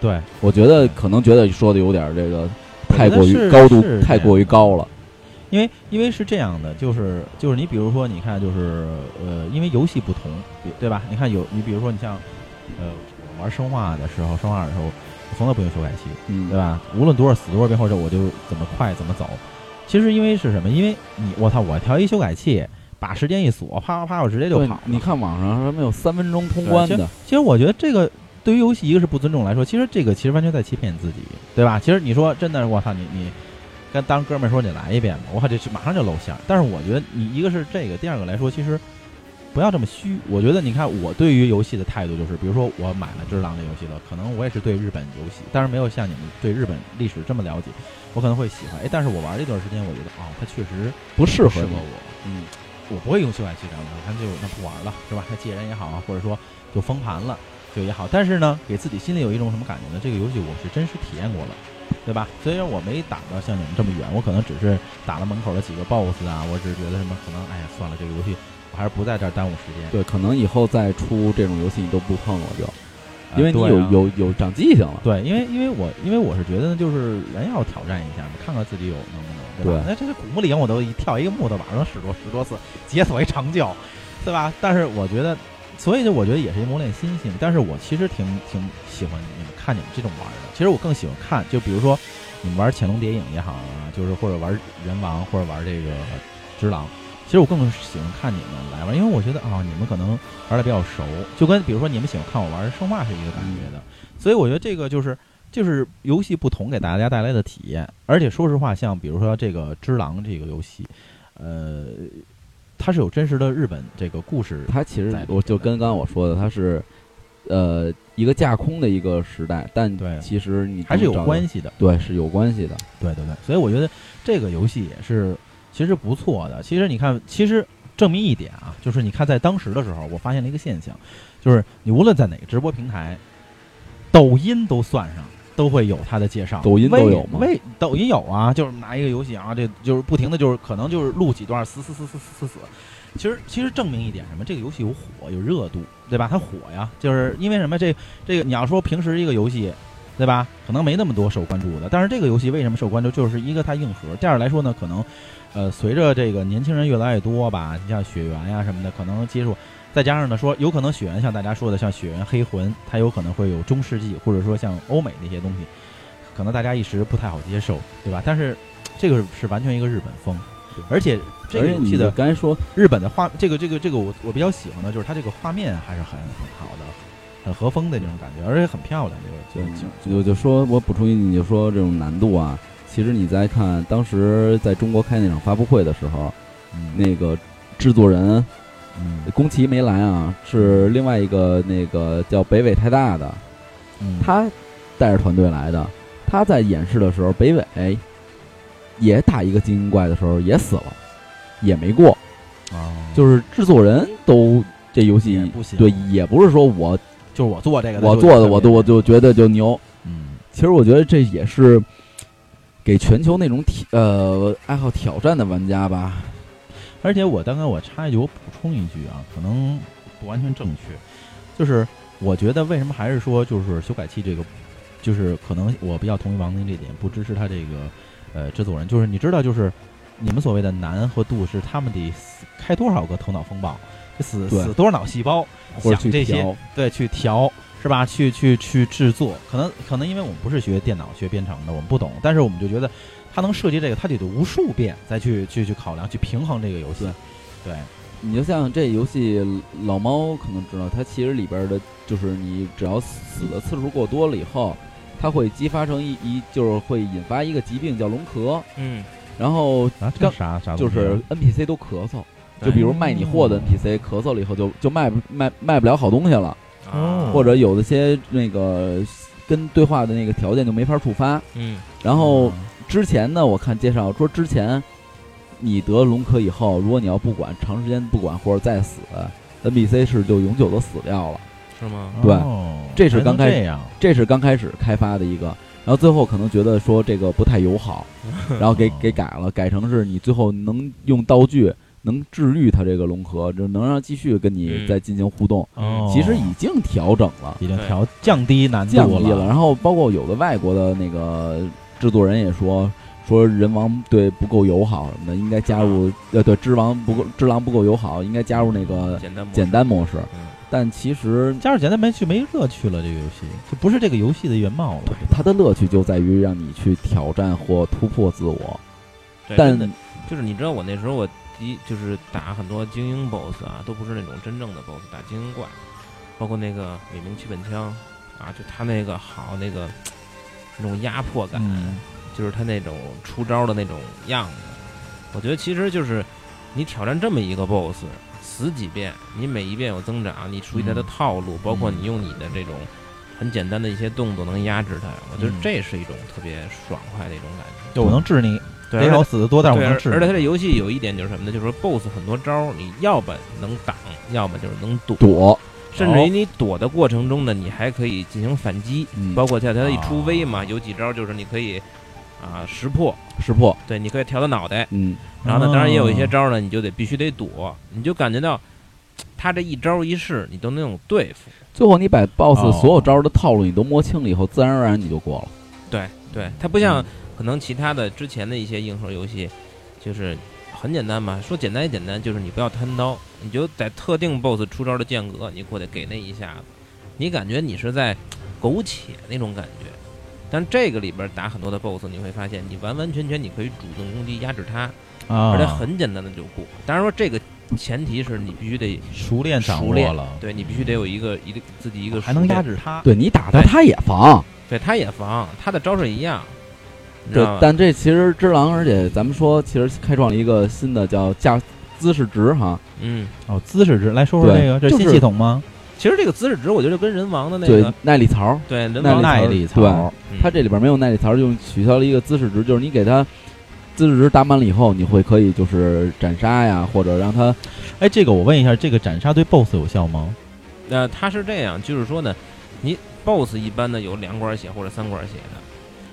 对，我觉得可能觉得说的有点这个我觉得太过于是高度是这样太过于高了。因为因为是这样的，就是就是你比如说，你看就是呃，因为游戏不同，比对吧？你看有你比如说你像呃我玩生化的时候，生化二的时候，我从来不用修改器，嗯，对？吧？无论多少死多少遍，或者我就怎么快怎么走。其实因为是什么？因为你我操，我调一修改器，把时间一锁，啪啪啪，我直接就对跑了，。你看网上什么有三分钟通关的，其实我觉得这个对于游戏一个是不尊重来说，其实这个其实完全在欺骗自己，对吧？其实你说真的，我操你你跟当哥们儿说你来一遍吧，我靠这是马上就露馅儿。但是我觉得你一个是这个，第二个来说，其实不要这么虚。我觉得你看我对于游戏的态度就是，比如说我买了《只狼》这游戏了，可能我也是对日本游戏，当然没有像你们对日本历史这么了解，我可能会喜欢。哎，但是我玩这段时间，我觉得哦，它确实不适合 适合你。我。嗯，我不会用修改器干嘛，咱就那不玩了，是吧？那借人也好啊，或者说就封盘了，就也好。但是呢，给自己心里有一种什么感觉呢？这个游戏我是真实体验过了，对吧？虽然我没打到像你们这么远，我可能只是打了门口的几个 BOSS 啊，我只是觉得什么可能，哎呀，算了，这个游戏我还是不在这儿耽误时间。对，可能以后再出这种游戏你都不碰了，就呃因为你对有啊有有长记性了。对，因为因为我因为我是觉得呢就是人要挑战一下嘛，看看自己有能不能，对吧？对那这个古墓丽影我都一跳一个木头板上使多十多次，解锁一长教，对吧？但是我觉得，所以就我觉得也是一磨练心性。但是我其实挺挺喜欢你们看你们这种玩儿的，其实我更喜欢看，就比如说你们玩《潜龙谍影》也好啊，就是或者玩人王或者玩这个只狼。其实我更喜欢看你们来玩，因为我觉得啊、你们可能玩的比较熟，就跟比如说你们喜欢看我玩生化是一个感觉的。所以我觉得这个就是就是游戏不同给大家带来的体验。而且说实话，像比如说这个《只狼》这个游戏，呃，它是有真实的日本这个故事，它其实在我就跟刚刚我说的，它是呃一个架空的一个时代，但对啊其实你还是有能找到关系的。对是有关系的。对对对，所以我觉得这个游戏也是 其实不错的。其实你看，其实证明一点啊，就是你看在当时的时候，我发现了一个现象，就是你无论在哪个直播平台，抖音都算上。都会有它的介绍，抖音都为有吗为抖音有啊，就是拿一个游戏啊，这就是不停的就是可能就是录几段，死死死死死死死。其实其实证明一点什么，这个游戏有火有热度，对吧？它火呀，就是因为什么？这这个你要说平时一个游戏，对吧？可能没那么多受关注的，但是这个游戏为什么受关注？就是一个它硬核，第二来说呢，可能，呃，随着这个年轻人越来越多吧，你像血缘呀、什么的，可能接触，再加上呢说，有可能血缘像大家说的，像血缘黑魂，它有可能会有中世纪或者说像欧美那些东西，可能大家一时不太好接受，对吧？但是这个是完全一个日本风，而且这个而且游戏你的刚才说日本的画，这个这个这个我我比较喜欢的就是它这个画面还是很很好的，很和风的那种感觉，而且很漂亮。这个这个景就就说我补充一句，你就说这种难度啊，其实你在看当时在中国开那场发布会的时候，嗯那个制作人嗯宫崎没来啊，是另外一个那个叫北纬太大的，嗯他带着团队来的。他在演示的时候，北纬也打一个精英怪的时候也死了，也没过，啊，就是制作人都这游戏也不行对，也不是说我就是我做这个，我做的我都我就觉得就牛。嗯其实我觉得这也是给全球那种挑呃爱好挑战的玩家吧，而且我刚刚我插一句，我补充一句啊，可能不完全正确，就是我觉得为什么还是说就是修改器这个，就是可能我比较同意王宁这点，不支持他这个呃制作人，就是你知道就是你们所谓的难和度是他们得死开多少个头脑风暴，得死对死多少脑细胞或者想去这些挑，对，去调是吧？去去去制作，可能可能因为我们不是学电脑学编程的，我们不懂，但是我们就觉得他能设计这个，他得得无数遍再去去去考量去平衡这个游戏。对，你就像这游戏，老猫可能知道，它其实里边儿的，就是你只要死的次数过多了以后，它会激发成一一，就是会引发一个疾病叫龙咳，嗯，然后啊，这刚啥啥就东西是啊 NPC 都咳嗽，对就比如卖你货的 NPC 咳嗽了以后就就卖不卖卖不了好东西了，啊或者有的些那个跟对话的那个条件就没法触发。嗯然后之前呢，我看介绍说之前你得龙咳以后，如果你要不管长时间不管或者再死，NPC 是就永久的死掉了。是吗？对哦这是还能刚开这样，这是刚开始开发的一个，然后最后可能觉得说这个不太友好，然后给哦给改了，改成是你最后能用道具能治愈它这个龙核，就能让继续跟你嗯再进行互动。哦其实已经调整了，已经调降低难降度低了。然后包括有的外国的那个制作人也说。说人王对不够友好什么的，应该加入呃对之王不够之狼不够友好，应该加入那个简单模式简单模式。嗯但其实加入简单没趣没乐趣了，这个游戏就不是这个游戏的原貌了。它的乐趣就在于让你去挑战或突破自我，对但真的就是你知道我那时候我第一就是打很多精英 BOSS 啊，都不是那种真正的 BOSS，打精英怪，包括那个美名七本枪啊，就他那个好那个那种压迫感，嗯，就是他那种出招的那种样子。我觉得其实就是你挑战这么一个 BOSS，死几遍，你每一遍有增长，你熟悉他的嗯套路，包括你用你的这种很简单的一些动作能压制他，我觉得嗯这是一种特别爽快的一种感觉。就我能治你，对，别而且少死的多，但是我对，能治你。而且它这游戏有一点就是什么呢？就是说 BOSS 很多招儿，你要么能挡，要么就是能躲，躲，甚哦至于你躲的过程中呢，你还可以进行反击，嗯，包括在它一出啊威嘛，有几招就是你可以啊识破，识破，对，你可以调到脑袋，嗯，然后呢，当然也有一些哦招儿呢，你就得必须得躲，你就感觉到他这一招一式你都能有对付，最后你把 BOSS 哦所有招的套路你都摸清了以后，自然而然你就过了。对对，嗯它不像可能其他的之前的一些硬核游戏，就是很简单嘛，说简单也简单，就是你不要贪刀，你就在特定 BOSS 出招的间隔，你过去给那一下子，你感觉你是在苟且那种感觉。但这个里边打很多的 BOSS，你会发现你完完全全你可以主动攻击压制他，啊，而且很简单的就过。当然说这个前提是你必须得熟练掌熟握练了，对你必须得有一个一个自己一个还能熟练压，制他。对你打他，哎他也防。对他也防，他的招式一样，你知对道吧，但这其实只狼，而且咱们说，其实开创了一个新的叫架姿势值哈，嗯。哦，姿势值来说说对这个，这就是新系统吗？其实这个姿势值，我觉得跟人王的那对个嗯耐力槽，对人那王里耐头力对槽，嗯它这里边没有耐力槽，就取消了一个姿势值，就是你给它姿势值打满了以后，你会可以就是斩杀呀，或者让它哎，这个我问一下，这个斩杀对 BOSS 有效吗？呃它是这样，就是说呢，你 BOSS 一般呢有两管血或者三管血的，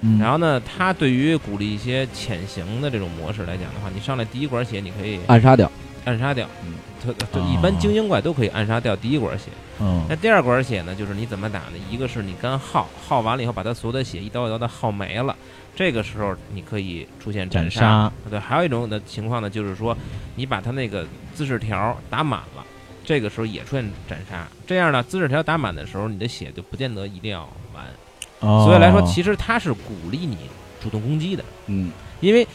嗯然后呢，它对于鼓励一些潜行的这种模式来讲的话，你上来第一管血你可以暗杀掉。暗杀掉，嗯，它它哦啊一般精英怪都可以暗杀掉第一管血。嗯那第二管血呢，就是你怎么打呢？一个是你干耗，耗完了以后把它所有的血一刀一刀的耗没了，这个时候你可以出现斩杀，杀对，还有一种的情况呢，就是说你把它那个姿势条打满了，这个时候也出现斩杀。这样呢，姿势条打满的时候，你的血就不见得一定要完。哦所以来说，其实它是鼓励你主动攻击的，嗯，因为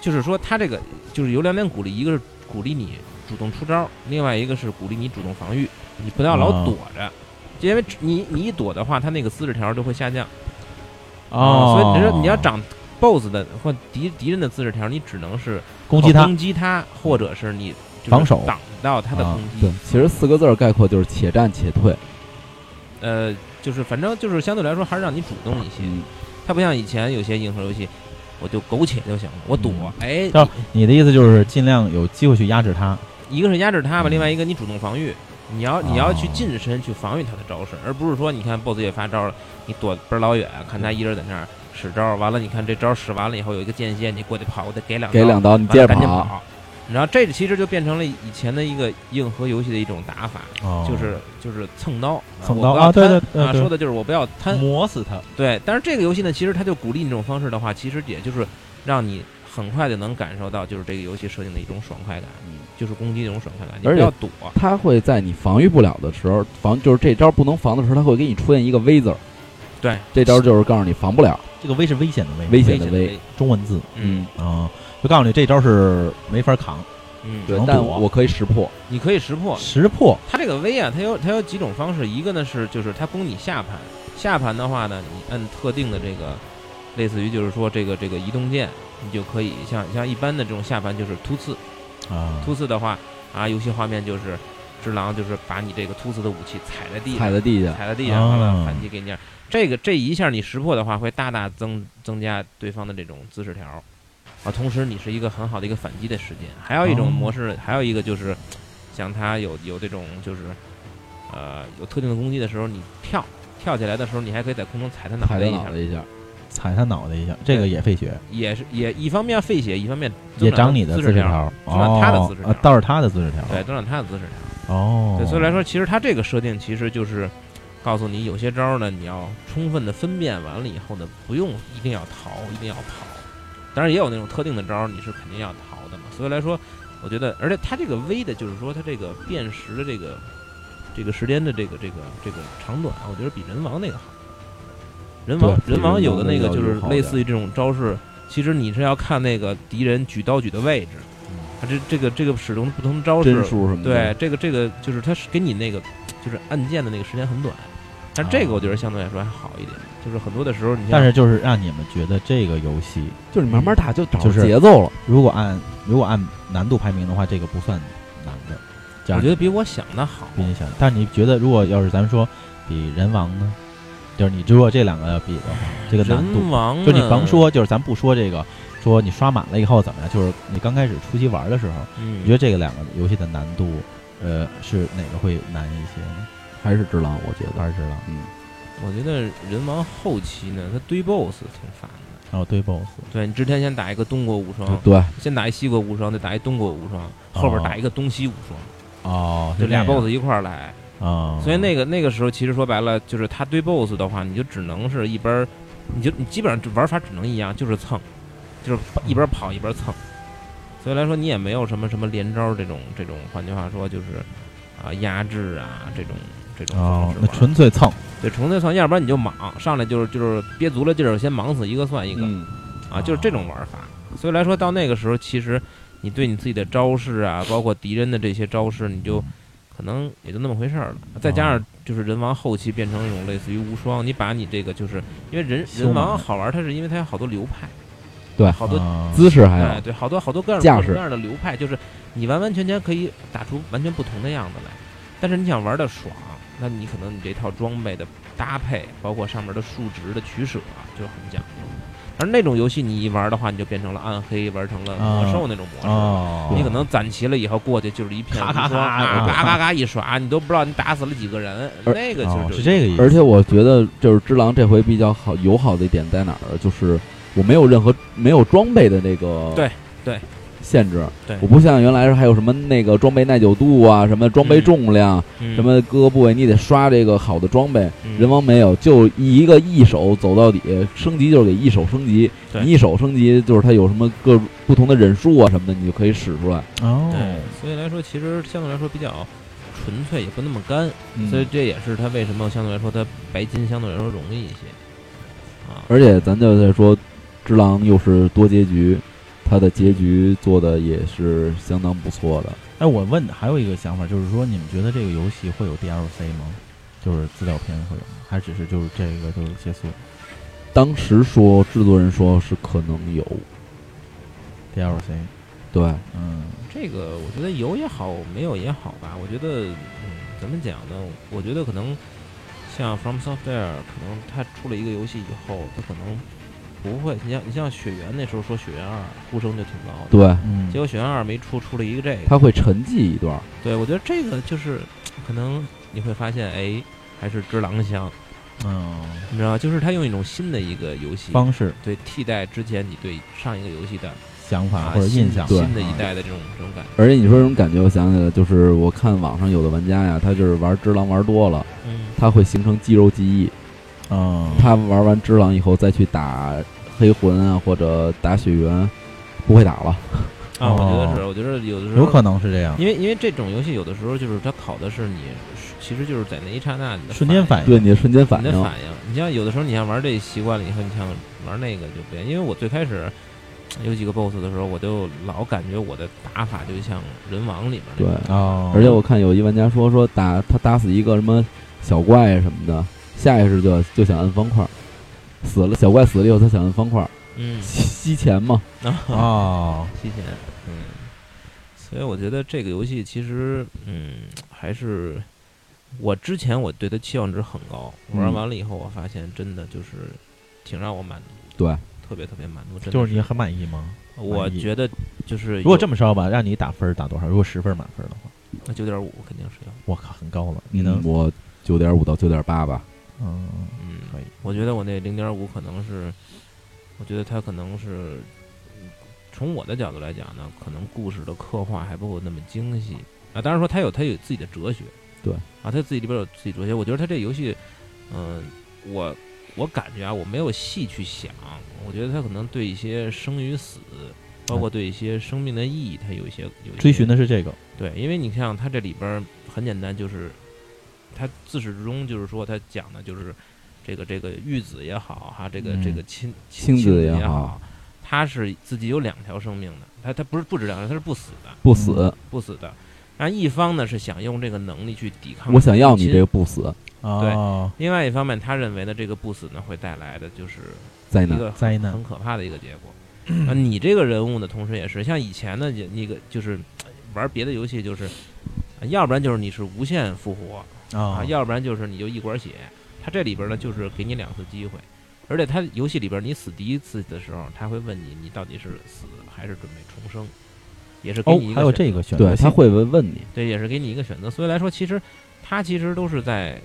就是说它这个就是有两点鼓励，一个是鼓励你主动出招，另外一个是鼓励你主动防御，你不要老哦躲着。因为你你一躲的话，它那个姿势条就会下降哦，啊所以你说你要长 BOSS 的或敌敌人的姿势条，你只能是攻击他攻击他，或者是你就是防守挡到他的啊攻击。对，其实四个字儿概括就是且战且退。呃，就是反正就是相对来说还是让你主动一些，嗯，它不像以前有些硬核游戏，我就苟且就行了，我躲。哎，但你的意思就是尽量有机会去压制他，一个是压制他吧，嗯另外一个你主动防御，你要你要去近身去防御他的招式，而不是说你看 BOSS 也发招了，你躲倍儿老远，看他一人在那儿使招，完了你看这招使完了以后有一个间歇，你过去跑，我得给两给两刀你接着完了赶紧跑，跑。然后这其实就变成了以前的一个硬核游戏的一种打法，哦就是就是蹭刀，蹭刀我不要啊对对贪对啊，对嗯说的就是我不要贪，磨死他。对，但是这个游戏呢，其实它就鼓励你这种方式的话，其实也就是让你很快的能感受到，就是这个游戏设定的一种爽快感，就是攻击这种爽快感，你而不且要躲。他会在你防御不了的时候，防就是这招不能防的时候，他会给你出现一个 V 字儿。对，这招就是告诉你防不了，这个危是危险的危，危危险的险的危。危，中文字嗯啊，就告诉你这招是没法扛，嗯，对能，但躲我可以识破。你可以识破。识破它这个危啊，它有它有几种方式，一个呢是就是它攻你下盘，下盘的话呢，你按特定的这个，类似于就是说这个这个移动键，你就可以像像一般的这种下盘就是突刺，啊，突刺的话啊，游戏画面就是只狼就是把你这个突刺的武器踩在地上踩，在地下，踩在地上，完了啊反击给你点儿。这个这一下你识破的话，会大大增增加对方的这种姿势条儿啊，同时你是一个很好的一个反击的时间。还有一种哦模式，还有一个就是，像他有有这种就是，呃，有特定的攻击的时候，你跳跳起来的时候，你还可以在空中踩他脑踩袋在一脑下袋，一下。踩他脑袋一下，这个也费血，也是也一方面费血，一方面也增长长你的姿姿势条儿，条，增长他的姿势哦，条啊倒是他的姿势条，对，增长他的姿势条儿。哦，对，所以来说，其实他这个设定其实就是。告诉你，有些招儿呢，你要充分的分辨完了以后呢，不用一定要逃，一定要跑。当然也有那种特定的招儿，你是肯定要逃的嘛。所以来说，我觉得，而且它这个 V 的，就是说它这个辨识的这个这个时间的这个这个这种长短，啊我觉得比人王那个好。人王对人王有的那个比人王那个就是要好类点似于这种招式，其实你是要看那个敌人举刀举的位置，他这这个这个使用不同的招式帧数什嗯么对的，，这个这个就是它是给你那个就是按键的那个时间很短，但啊这个我觉得相对来说还好一点，就是很多的时候你像但是就是让你们觉得这个游戏，就是你慢慢打就找就是节奏了。如果按如果按难度排名的话，这个不算难的，这样我觉得比我想的好，比你想，但是你觉得如果要是咱们说比人王呢，就是你如果这两个比的话，这个难度人，王啊就你呢甭，说，就是咱不说这个，说你刷满了以后怎么样，就是你刚开始初期玩的时候，嗯，你觉得这个两个游戏的难度，呃，是哪个会难一些呢？还是只狼，我觉得。二十了，嗯，我觉得人王后期呢，他堆 BOSS 挺烦的，然后对 BOSS，对你之前先打一个东国无双，对，先打一西国无双，再打一东国无双，后边打一个东西无双，哦，就俩 BOSS 啊一块儿来，，哦所以那个那个时候，其实说白了，就是他对 BOSS 的话，你就只能是一边儿，你就你基本上玩法只能一样，就是蹭，就是一边跑一边蹭。所以来说，你也没有什么什么连招这种这种，换句话说就是啊、压制啊这种这种方哦式，那玩纯粹蹭，对纯粹蹭，要不然你就莽上来就是就是憋足了劲儿，先莽死一个算一个、嗯，啊，就是这种玩法。所以来说，到那个时候，其实你对你自己的招式啊，包括敌人的这些招式，你就可能也就那么回事儿了。再加上就是人王后期变成一种类似于无双，你把你这个就是因为人修人满王好玩，它是因为它有好多流派，对好多啊姿势还哎有对，好多好多各样架各种势各样的流派，就是你完完全全可以打出完全不同的样子来。但是你想玩的爽，那你可能你这套装备的搭配，包括上面的数值的取舍啊，就很讲究。而那种游戏你一玩的话，你就变成了暗黑，玩成了魔兽那种模式。哦，你可能攒齐了以后过去就是一片咔咔无双咔啊咔嘎嘎嘎一耍，你都不知道你打死了几个人。而那个哦就是这个意思，而且我觉得就是只狼这回比较好友好的一点在哪儿呢？就是我没有任何没有装备的那个对对限制，对我不像原来是还有什么那个装备耐久度啊，什么装备重量，嗯什么各个部位你得刷这个好的装备。嗯人王没有，就一个一手走到底，升级就是给一手升级，对你一手升级就是它有什么各不同的忍术啊什么的，你就可以使出来。哦，对，所以来说其实相对来说比较纯粹，也不那么干。嗯所以这也是它为什么相对来说它白金相对来说容易一些啊。而且咱就在说，《只狼》又是多结局，它的结局做的也是相当不错的。哎，我问还有一个想法，就是说你们觉得这个游戏会有 DLC 吗？就是资料片会有吗，还只是就是这个就是结束当时说制作人说是可能有， DLC？对，嗯，这个我觉得有也好，没有也好吧。我觉得，嗯，怎么讲呢？我觉得可能像 From Software，可能它出了一个游戏以后，它可能不会，你像你像雪原那时候说雪原二呼声就挺高的，对，嗯结果雪原二没出，出了一个这个，他会沉寂一段儿。对我觉得这个就是可能你会发现，哎，还是只狼香，嗯你知道吗？就是他用一种新的一个游戏方式、对替代之前你对上一个游戏的想法啊或者印新象，新的一啊代的这种这种感觉。而且你说这种感觉，我想起来，就是我看网上有的玩家呀，他就是玩只狼玩多了，嗯，他会形成肌肉记忆。嗯，他玩完只狼以后再去打黑魂啊，或者打雪原，不会打了。啊，我觉哦得是，我觉得有的时候有可能是这样，因为因为这种游戏有的时候就是它考的是你，其实就是在那一刹那你的瞬间反应，对你的瞬间反你的应，反应。你像有的时候你像玩这习惯了以后，你像玩那个就不一样。因为我最开始有几个 BOSS 的时候，我就老感觉我的打法就像人王里面那对种。。哦，而且我看有一玩家说说打他打死一个什么小怪什么的，下意识就就想按方块儿，死了小怪死了以后他想按方块儿嗯，吸吸钱嘛。啊，哦，提前，嗯。所以我觉得这个游戏其实，嗯，还是我之前我对它期望值很高，嗯玩完了以后，我发现真的就是挺让我满足，对，特别特别满足，真的就是你很满意吗？我满意觉得就是如果这么么着吧，让你打分儿打多少？如果十分满分的话，九点五肯定是要，我靠，很高了。你能嗯，我九点五到九点八吧。嗯，嗯，可以。我觉得我那零点五可能是，我觉得它可能是嗯从我的角度来讲呢，可能故事的刻画还不够那么精细啊。当然说它有它有自己的哲学，对啊，它自己里边有自己哲学。我觉得它这游戏，嗯、我我感觉啊，我没有细去想，我觉得它可能对一些生与死，包括对一些生命的意义，它有一些有一些追寻的是这个，对，因为你像它这里边儿很简单，就是它自始至终就是说，它讲的就是这个这个玉子也好哈，这个、这嗯个亲亲子子也也好，他是自己有两条生命的，他他不是不止两条，他是不死的，不死，不死的。然后一方呢是想用这个能力去抵抗，我想要你这。个不死哦，另外一方面，他认为呢，这个不死呢会带来的就是灾一难。个灾难很可怕的一个结果。啊，你这个人物呢，同时也是像以前呢，也那个就是玩别的游戏，就是啊要不然就是你是无限复活啊，啊要不然就是你就一管血。它这里边呢，就是给你两次机会，而且它游戏里边你死第一次的时候，他会问你你到底是死还是准备重生，也是给哦你一，还有个选这择个选择对，性，他会问问你，对，也是给你一个选择。所以来说，其实它其实都是在，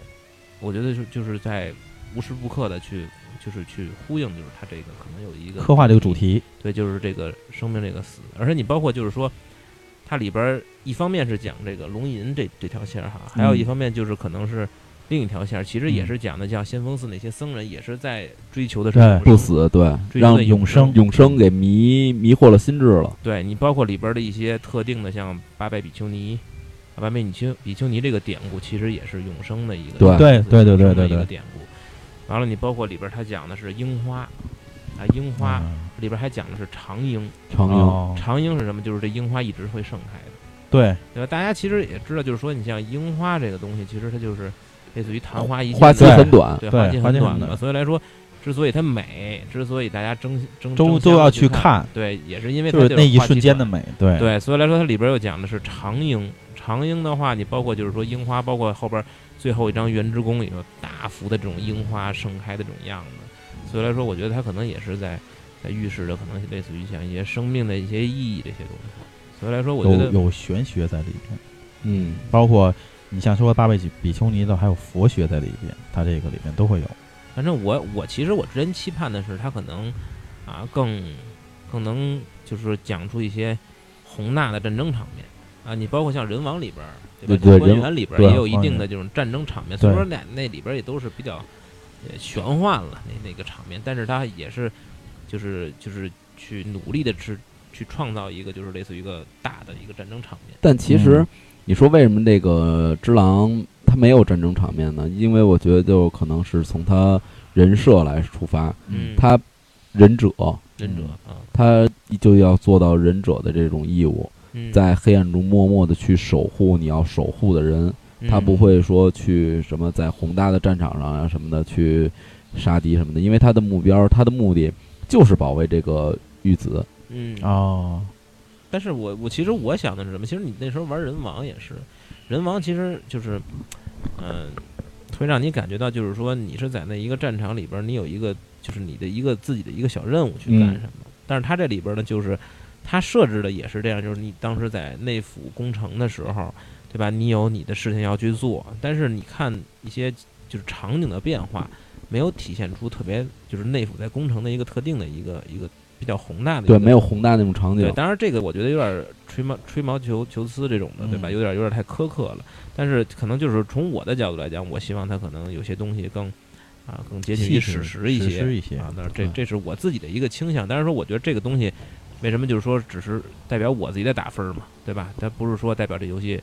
我觉得就就是在无时不刻的去就是去呼应，就是它这个可能有一个刻画这个主题，对，就是这个生命这个死，而且你包括就是说，它里边儿一方面是讲这个龙吟这这条线儿哈，还有一嗯方面就是可能是另一条线儿，其实也嗯是讲的像先锋寺那些僧人也是在追求的是对永不生，死，对，追求让的永生生。永生给迷迷惑了心智了。对你包括里边儿的一些特定的，像八拜比丘尼、啊八拜比丘比丘尼这个典故，其实也是永生的一个对对对对对永生的对一个对典故。完了，你包括里边儿它讲的是樱花啊，樱花、嗯里边儿还讲的是长樱，长英，哦，长樱是什么？就是这樱花一直会盛开的。对，对吧？大家其实也知道，就是说，你像樱花这个东西，其实它就是类似于昙花一现的，花期很短，对，对花期花期很短嘛。短所以来说，之所以它美，之所以大家争争都争都相要地去去看，对，也是因为它就是这那种一花期瞬间的短。美，对对，所以来说，它里边又讲的是长樱。长樱的话，你包括就是说樱花，包括后边最后一张《圆之宫》里头大幅的这种樱花盛开的这种样子，所以来说，我觉得它可能也是在在预示着，可能类似于像一些生命的一些意义这些东西。所以来说，我觉得有有玄学在里边，嗯，包括你像说八倍比比丘尼的，还有佛学在里边，它这个里面都会有。反正我我其实我之前期盼的是他可能啊更更能就是讲出一些宏大的战争场面啊，你包括像人王里边儿，对吧？对对官人员里边儿对啊也有一官定员的这种战争场面，对虽说那那里边儿也都是比较呃玄幻了那那个场面，但是他也是就是就是去努力的去去创造一个就是类似于一个大的一个战争场面。但其实嗯你说为什么这个只狼他没有战争场面呢？因为我觉得就可能是从他人设来出发，嗯，他忍者，忍者嗯啊，他就要做到忍者的这种义务，嗯在黑暗中默默的去守护你要守护的人，嗯他不会说去什么在宏大的战场上啊什么的去杀敌什么的，因为他的目标，他的目的就是保卫这个玉子。嗯啊嗯哦，但是我我其实我想的是什么？其实你那时候玩人王也是，人王其实就是，呃嗯、会让你感觉到就是说你是在那一个战场里边儿，你有一个就是你的一个自己的一个小任务去干嗯什么。但是它这里边呢，就是它设置的也是这样，就是你当时在内府攻城的时候，对吧？你有你的事情要去做，但是你看一些就是场景的变化，没有体现出特别就是内府在攻城的一个特定的一个一个比较宏大的一对，个没有宏大那种场对，景，当然这个我觉得有点儿吹毛吹毛求求疵这种的，对吧？嗯有点儿有点儿太苛刻了。但是可能就是从我的角度来讲，我希望它可能有些东西更啊更接近于细史致实一史些诗一些啊。那这嗯这是我自己的一个倾向。当然说，我觉得这个东西为什么就是说只是代表我自己在打分儿嘛，对吧？它不是说代表这游戏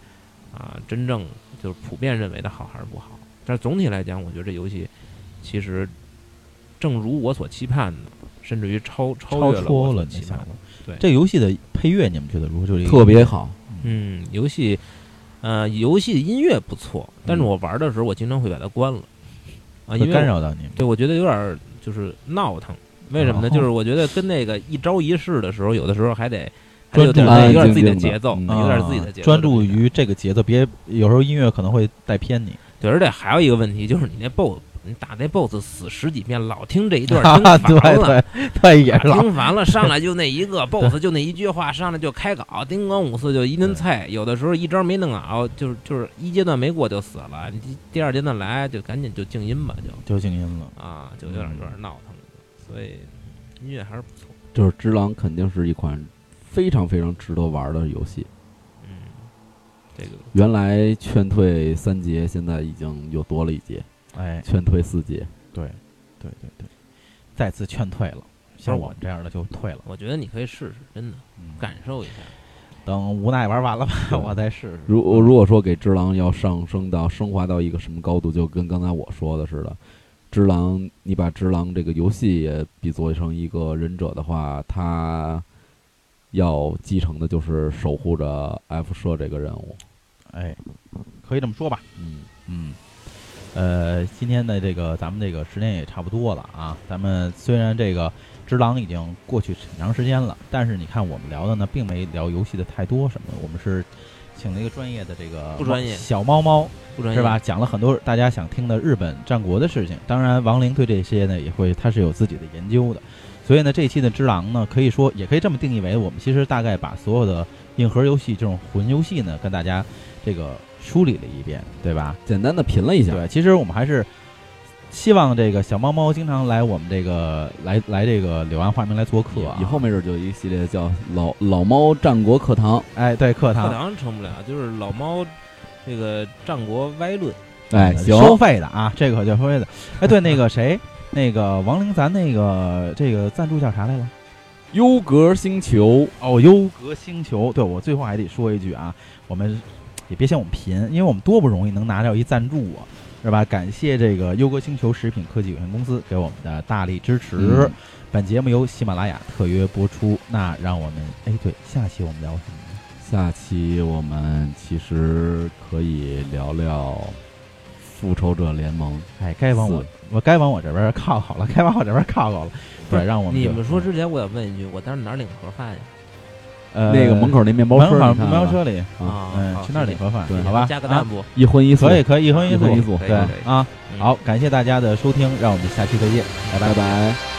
啊真正就是普遍认为的好还是不好。但是总体来讲，我觉得这游戏其实正如我所期盼的，甚至于超超超越了出我所了你期想盼的的。。对这个游戏的配乐你们觉得如何？就是一个特别好。嗯，游戏，呃，游戏的音乐不错，但是我玩的时候我经常会把它关了，啊，嗯因会为干。扰到你吗。对，我觉得有点儿就是闹腾，为什么呢？哦就是我觉得跟那个一招一式的时候，有的时候还得还得有专点注儿有点安儿安自己的静静的节奏，嗯有点儿自己啊的节奏，专注。于这个节奏，别有时候音乐可能会带偏你。对，而且还有一个问题就是你那 BOSS，你打那 BOSS 死十几遍，老听这 一段儿，听哈哈，烦对了。对对，也是老听烦了，上来就那一个 boss，就那一句话，上来就开搞，叮咣五四就一顿菜。有的时候一招没弄好，就是就是一阶段没过就死了，你第第二阶段来就赶紧就静音吧，就 就静音了。啊，就有点有嗯点闹腾。所以音乐还是不错，就是《只狼》肯定是一款非常非常值得玩的游戏。嗯，这个原来劝退三节，现在已经又多了一节，哎，劝退四节。对，对对对，再次劝退了。哦像我们这样的就退了，我觉得你可以试试，真的嗯感受一下。等无奈玩完了吧，对 我再试试。如如果说给《只狼》要上升到升华到一个什么高度，就跟刚才我说的似的，《只狼》你把《只狼》这个游戏也比作成一个忍者的话，它要继承的就是守护着 F 社这个任务。哎，可以这么说吧。嗯，嗯，呃，今天的这个咱们这个时间也差不多了啊。咱们虽然这个《只狼》已经过去很长时间了，但是你看我们聊的呢，并没聊游戏的太多什么的。我们是请了一个专业的这个不专业小猫猫不专业是吧？？讲了很多大家想听的日本战国的事情。当然，王玲对这些呢也会，他是有自己的研究的。所以呢，这一期的《只狼》呢，可以说也可以这么定义为，我们其实大概把所有的硬核游戏这种魂游戏呢，跟大家这个梳理了一遍，对吧？简单的评了一下，对，其实我们还是希望这个小猫猫经常来我们这个来来这个柳暗花明来做客、啊以。后没准就有一系列叫老老猫战国课堂，哎，对，课课堂堂成不了，就是老猫这个战国歪论，哎，行，收费的啊，这个可就收费的。哎，对，那个谁，那个王玲，咱那个这个赞助叫啥来着？优格星球，哦，优格星球。对我最后还得说一句啊，我们也别嫌我们贫，因为我们多不容易能拿到一赞助啊，是吧？感谢这个优格星球食品科技有限公司给我们的大力支持。嗯本节目由喜马拉雅特约播出。那让我们哎，对，下期我们聊什么呢？下期我们其实可以聊聊复仇者联盟，哎，该往我四我该往我这边靠靠了，该往我这边靠靠了。哦对，嗯让我们你就们说之前，我想问一句，我当时哪儿领盒饭呀？呃那个门口那面包门车，口你看面了包吧车里，啊嗯，去那里盒饭，对好吧？加个啊蛋，不？一荤一素，可以可以，一荤一荤一素，素，可以对可以啊。嗯好，感谢大家的收听，让我们下期再见，拜拜拜。拜。